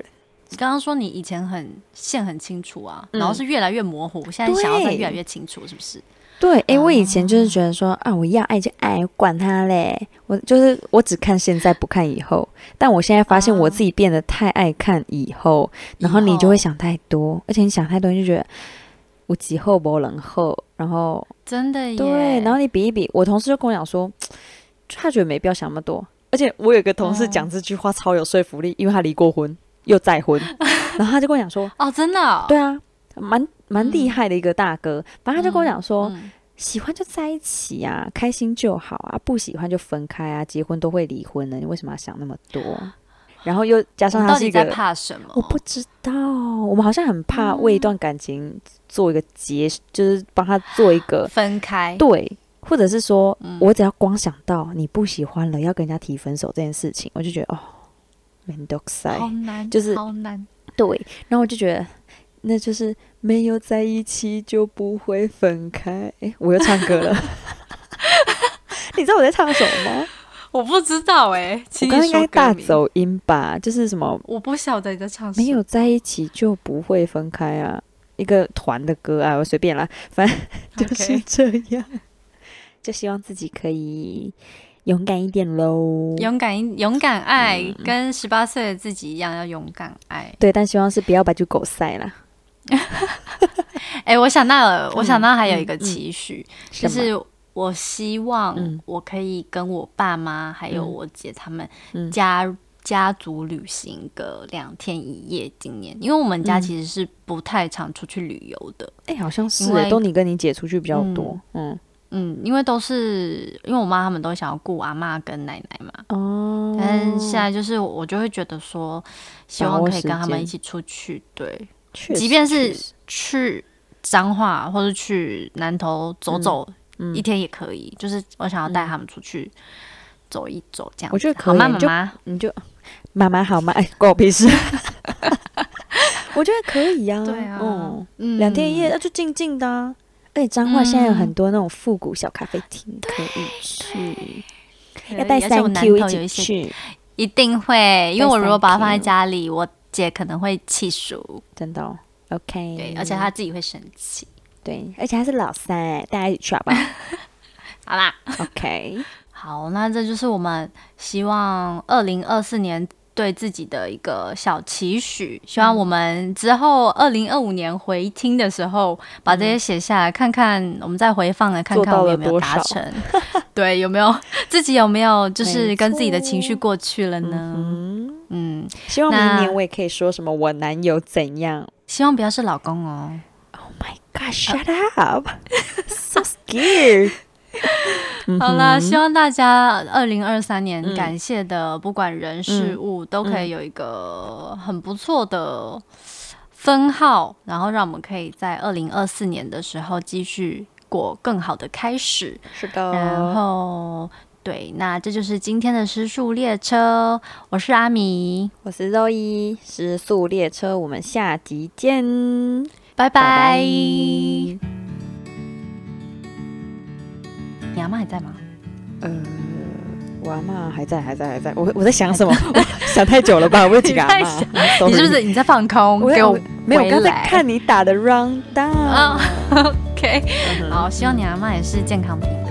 S2: 你刚刚说你以前很线很清楚啊，
S1: 嗯
S2: 然后是越来越模糊，现在想要再
S1: 对
S2: 越来越清楚，是不是？
S1: 对，诶，我以前
S2: 哦
S1: 就是觉得说啊，我要爱就爱，管他嘞，我就是我只看现在不看以后。但我现在发现我
S2: 哦
S1: 自己变得太爱看以后，然后你就会
S2: 以后
S1: 想太多，而且你想太多你就觉得我几后不能后，然后
S2: 真的耶，
S1: 对，然后你比一比，我同事就跟我讲说，他觉得没必要想那么多。而且我有一个同事
S2: 哦
S1: 讲这句话超有说服力，因为他离过婚又再 婚，然后他就跟我讲说，
S2: 哦，真的哦、
S1: 对啊，蛮蛮厉
S2: 嗯
S1: 害的一个大哥，反正他就跟我讲说，
S2: 嗯
S1: 喜欢就在一起啊，开心就好啊，不喜欢就分开啊，结婚都会离婚的，你为什么要想那么多？然后又加
S2: 我
S1: 上
S2: 们
S1: 他
S2: 到
S1: 是
S2: 底
S1: 一
S2: 在
S1: 个
S2: 怕什么？
S1: 我不知道，我们好像很怕为一
S2: 嗯
S1: 段感情做一个结，就是帮他做一个
S2: 分开，
S1: 对，或者是说、
S2: 啊嗯
S1: 我只要光想到你不喜欢了，要跟人家提分手这件事情，我就觉得哦 m e n d o x
S2: 好难，
S1: 就是
S2: 好难。
S1: 对，然后我就觉得那就是没有在一起就不会 分开。诶，我又唱歌了，你知道我在唱什么吗？
S2: 我不知道哎、
S1: 我
S2: 请
S1: 刚
S2: 你
S1: 刚应
S2: 说
S1: 该大
S2: 歌名。
S1: 走音吧？就是什么
S2: 我不晓得你在唱什么。
S1: 没有在一起就不会分开啊，一个团的歌啊，我随便啦，反正
S2: OK，
S1: 就是这样。就希望自己可以勇敢一点喽。
S2: 勇敢一勇敢爱，
S1: 嗯
S2: 跟十八岁的自己一样要勇敢爱。
S1: 对，但希望是不要把就狗晒啦。
S2: 哎、我想到了，我想到还有一个
S1: 嗯嗯
S2: 期许，
S1: 什
S2: 就
S1: 么
S2: 是我希望
S1: 嗯
S2: 我可以跟我爸妈还有
S1: 嗯
S2: 我姐他们
S1: 嗯
S2: 家、家族旅行个两天一夜。今年，因为我们家
S1: 嗯
S2: 其实是不太常出去旅游的，
S1: 哎、好像是
S2: 因
S1: 欸
S2: 为
S1: 都你跟你姐出去比较多，嗯，
S2: 嗯，因为都是因为我妈他们都想要顾阿妈跟奶奶嘛，
S1: 哦
S2: 但是现在就是我就会觉得说，希
S1: 把
S2: 望
S1: 握
S2: 可以
S1: 时
S2: 跟他们
S1: 间
S2: 一起出去，对，
S1: 确
S2: 即
S1: 实
S2: 便
S1: 确
S2: 是
S1: 实
S2: 去彰化或者去南投走走、
S1: 嗯
S2: 一天也可以，就是我想要带他们出去走一走这样子。
S1: 我觉得
S2: 好
S1: 可以
S2: 吗，
S1: 你
S2: 妈
S1: 就
S2: 妈？
S1: 你就妈妈好吗？哎，关我屁 事。我觉得可以呀、
S2: 对啊
S1: 嗯，
S2: 嗯
S1: 两天一夜，那就静静的、啊。而且彰化现在有很多那种复古小咖啡厅可以去，
S2: 可以
S1: 要带
S2: 而且我
S1: 三
S2: 南
S1: Q 一
S2: 投有
S1: 起
S2: 一些，
S1: 去，
S2: 一定会，因
S1: 带
S2: 为我如果把它放在
S1: 3Q
S2: 家里，我姐可能会气数，
S1: 真的、哦。OK，
S2: 对，而且她自己会生气。
S1: 对，而且他是老三，大家一起去好不好
S2: 好啦，
S1: ？OK，
S2: 好，那这就是我们希望二零二四年对自己的一个小期许，希望我
S1: 嗯
S2: 们之后二零二五年回听的时候，把这些写下来，看看我们再回放来看
S1: 做
S2: 看
S1: 到
S2: 我们
S1: 了
S2: 有没有
S1: 多
S2: 达
S1: 少
S2: 成， 对，有没有自己有没有就
S1: 没
S2: 是跟自己的情绪
S1: 错
S2: 过去了呢？
S1: 嗯，
S2: 嗯，
S1: 希望明
S2: 那
S1: 年我也可以说什么我男友怎样。
S2: 希望不要是老公哦。
S1: Oh my god, shut up! So scared.
S2: 好啦，希望大家二零二三年
S1: 嗯
S2: 感谢的，不管人事
S1: 嗯
S2: 物，都可以有一个很不错的分号，然后让我们可以在二零二四年的时候继续过更好的开始。
S1: 是的
S2: 然后，对，那这就是今天的失速列车，我是阿米，
S1: 我是周一，时速列车，我们下集见，
S2: 拜拜。
S1: 拜
S2: 你阿妈还在吗？
S1: 呃，我阿妈还在，还在，还在。 我我在想什么？ 我想太久了吧？我有几个阿
S2: 你
S1: 妈
S2: 在 想？
S1: Sorry
S2: 你是不是你在放空？
S1: 我
S2: 给
S1: 有
S2: 我
S1: 没有？我
S2: 回
S1: 刚才
S2: 来
S1: 看你打的 round down。
S2: 啊、o k
S1: 嗯哼
S2: 好，希望你阿妈也是健康平安。
S1: 嗯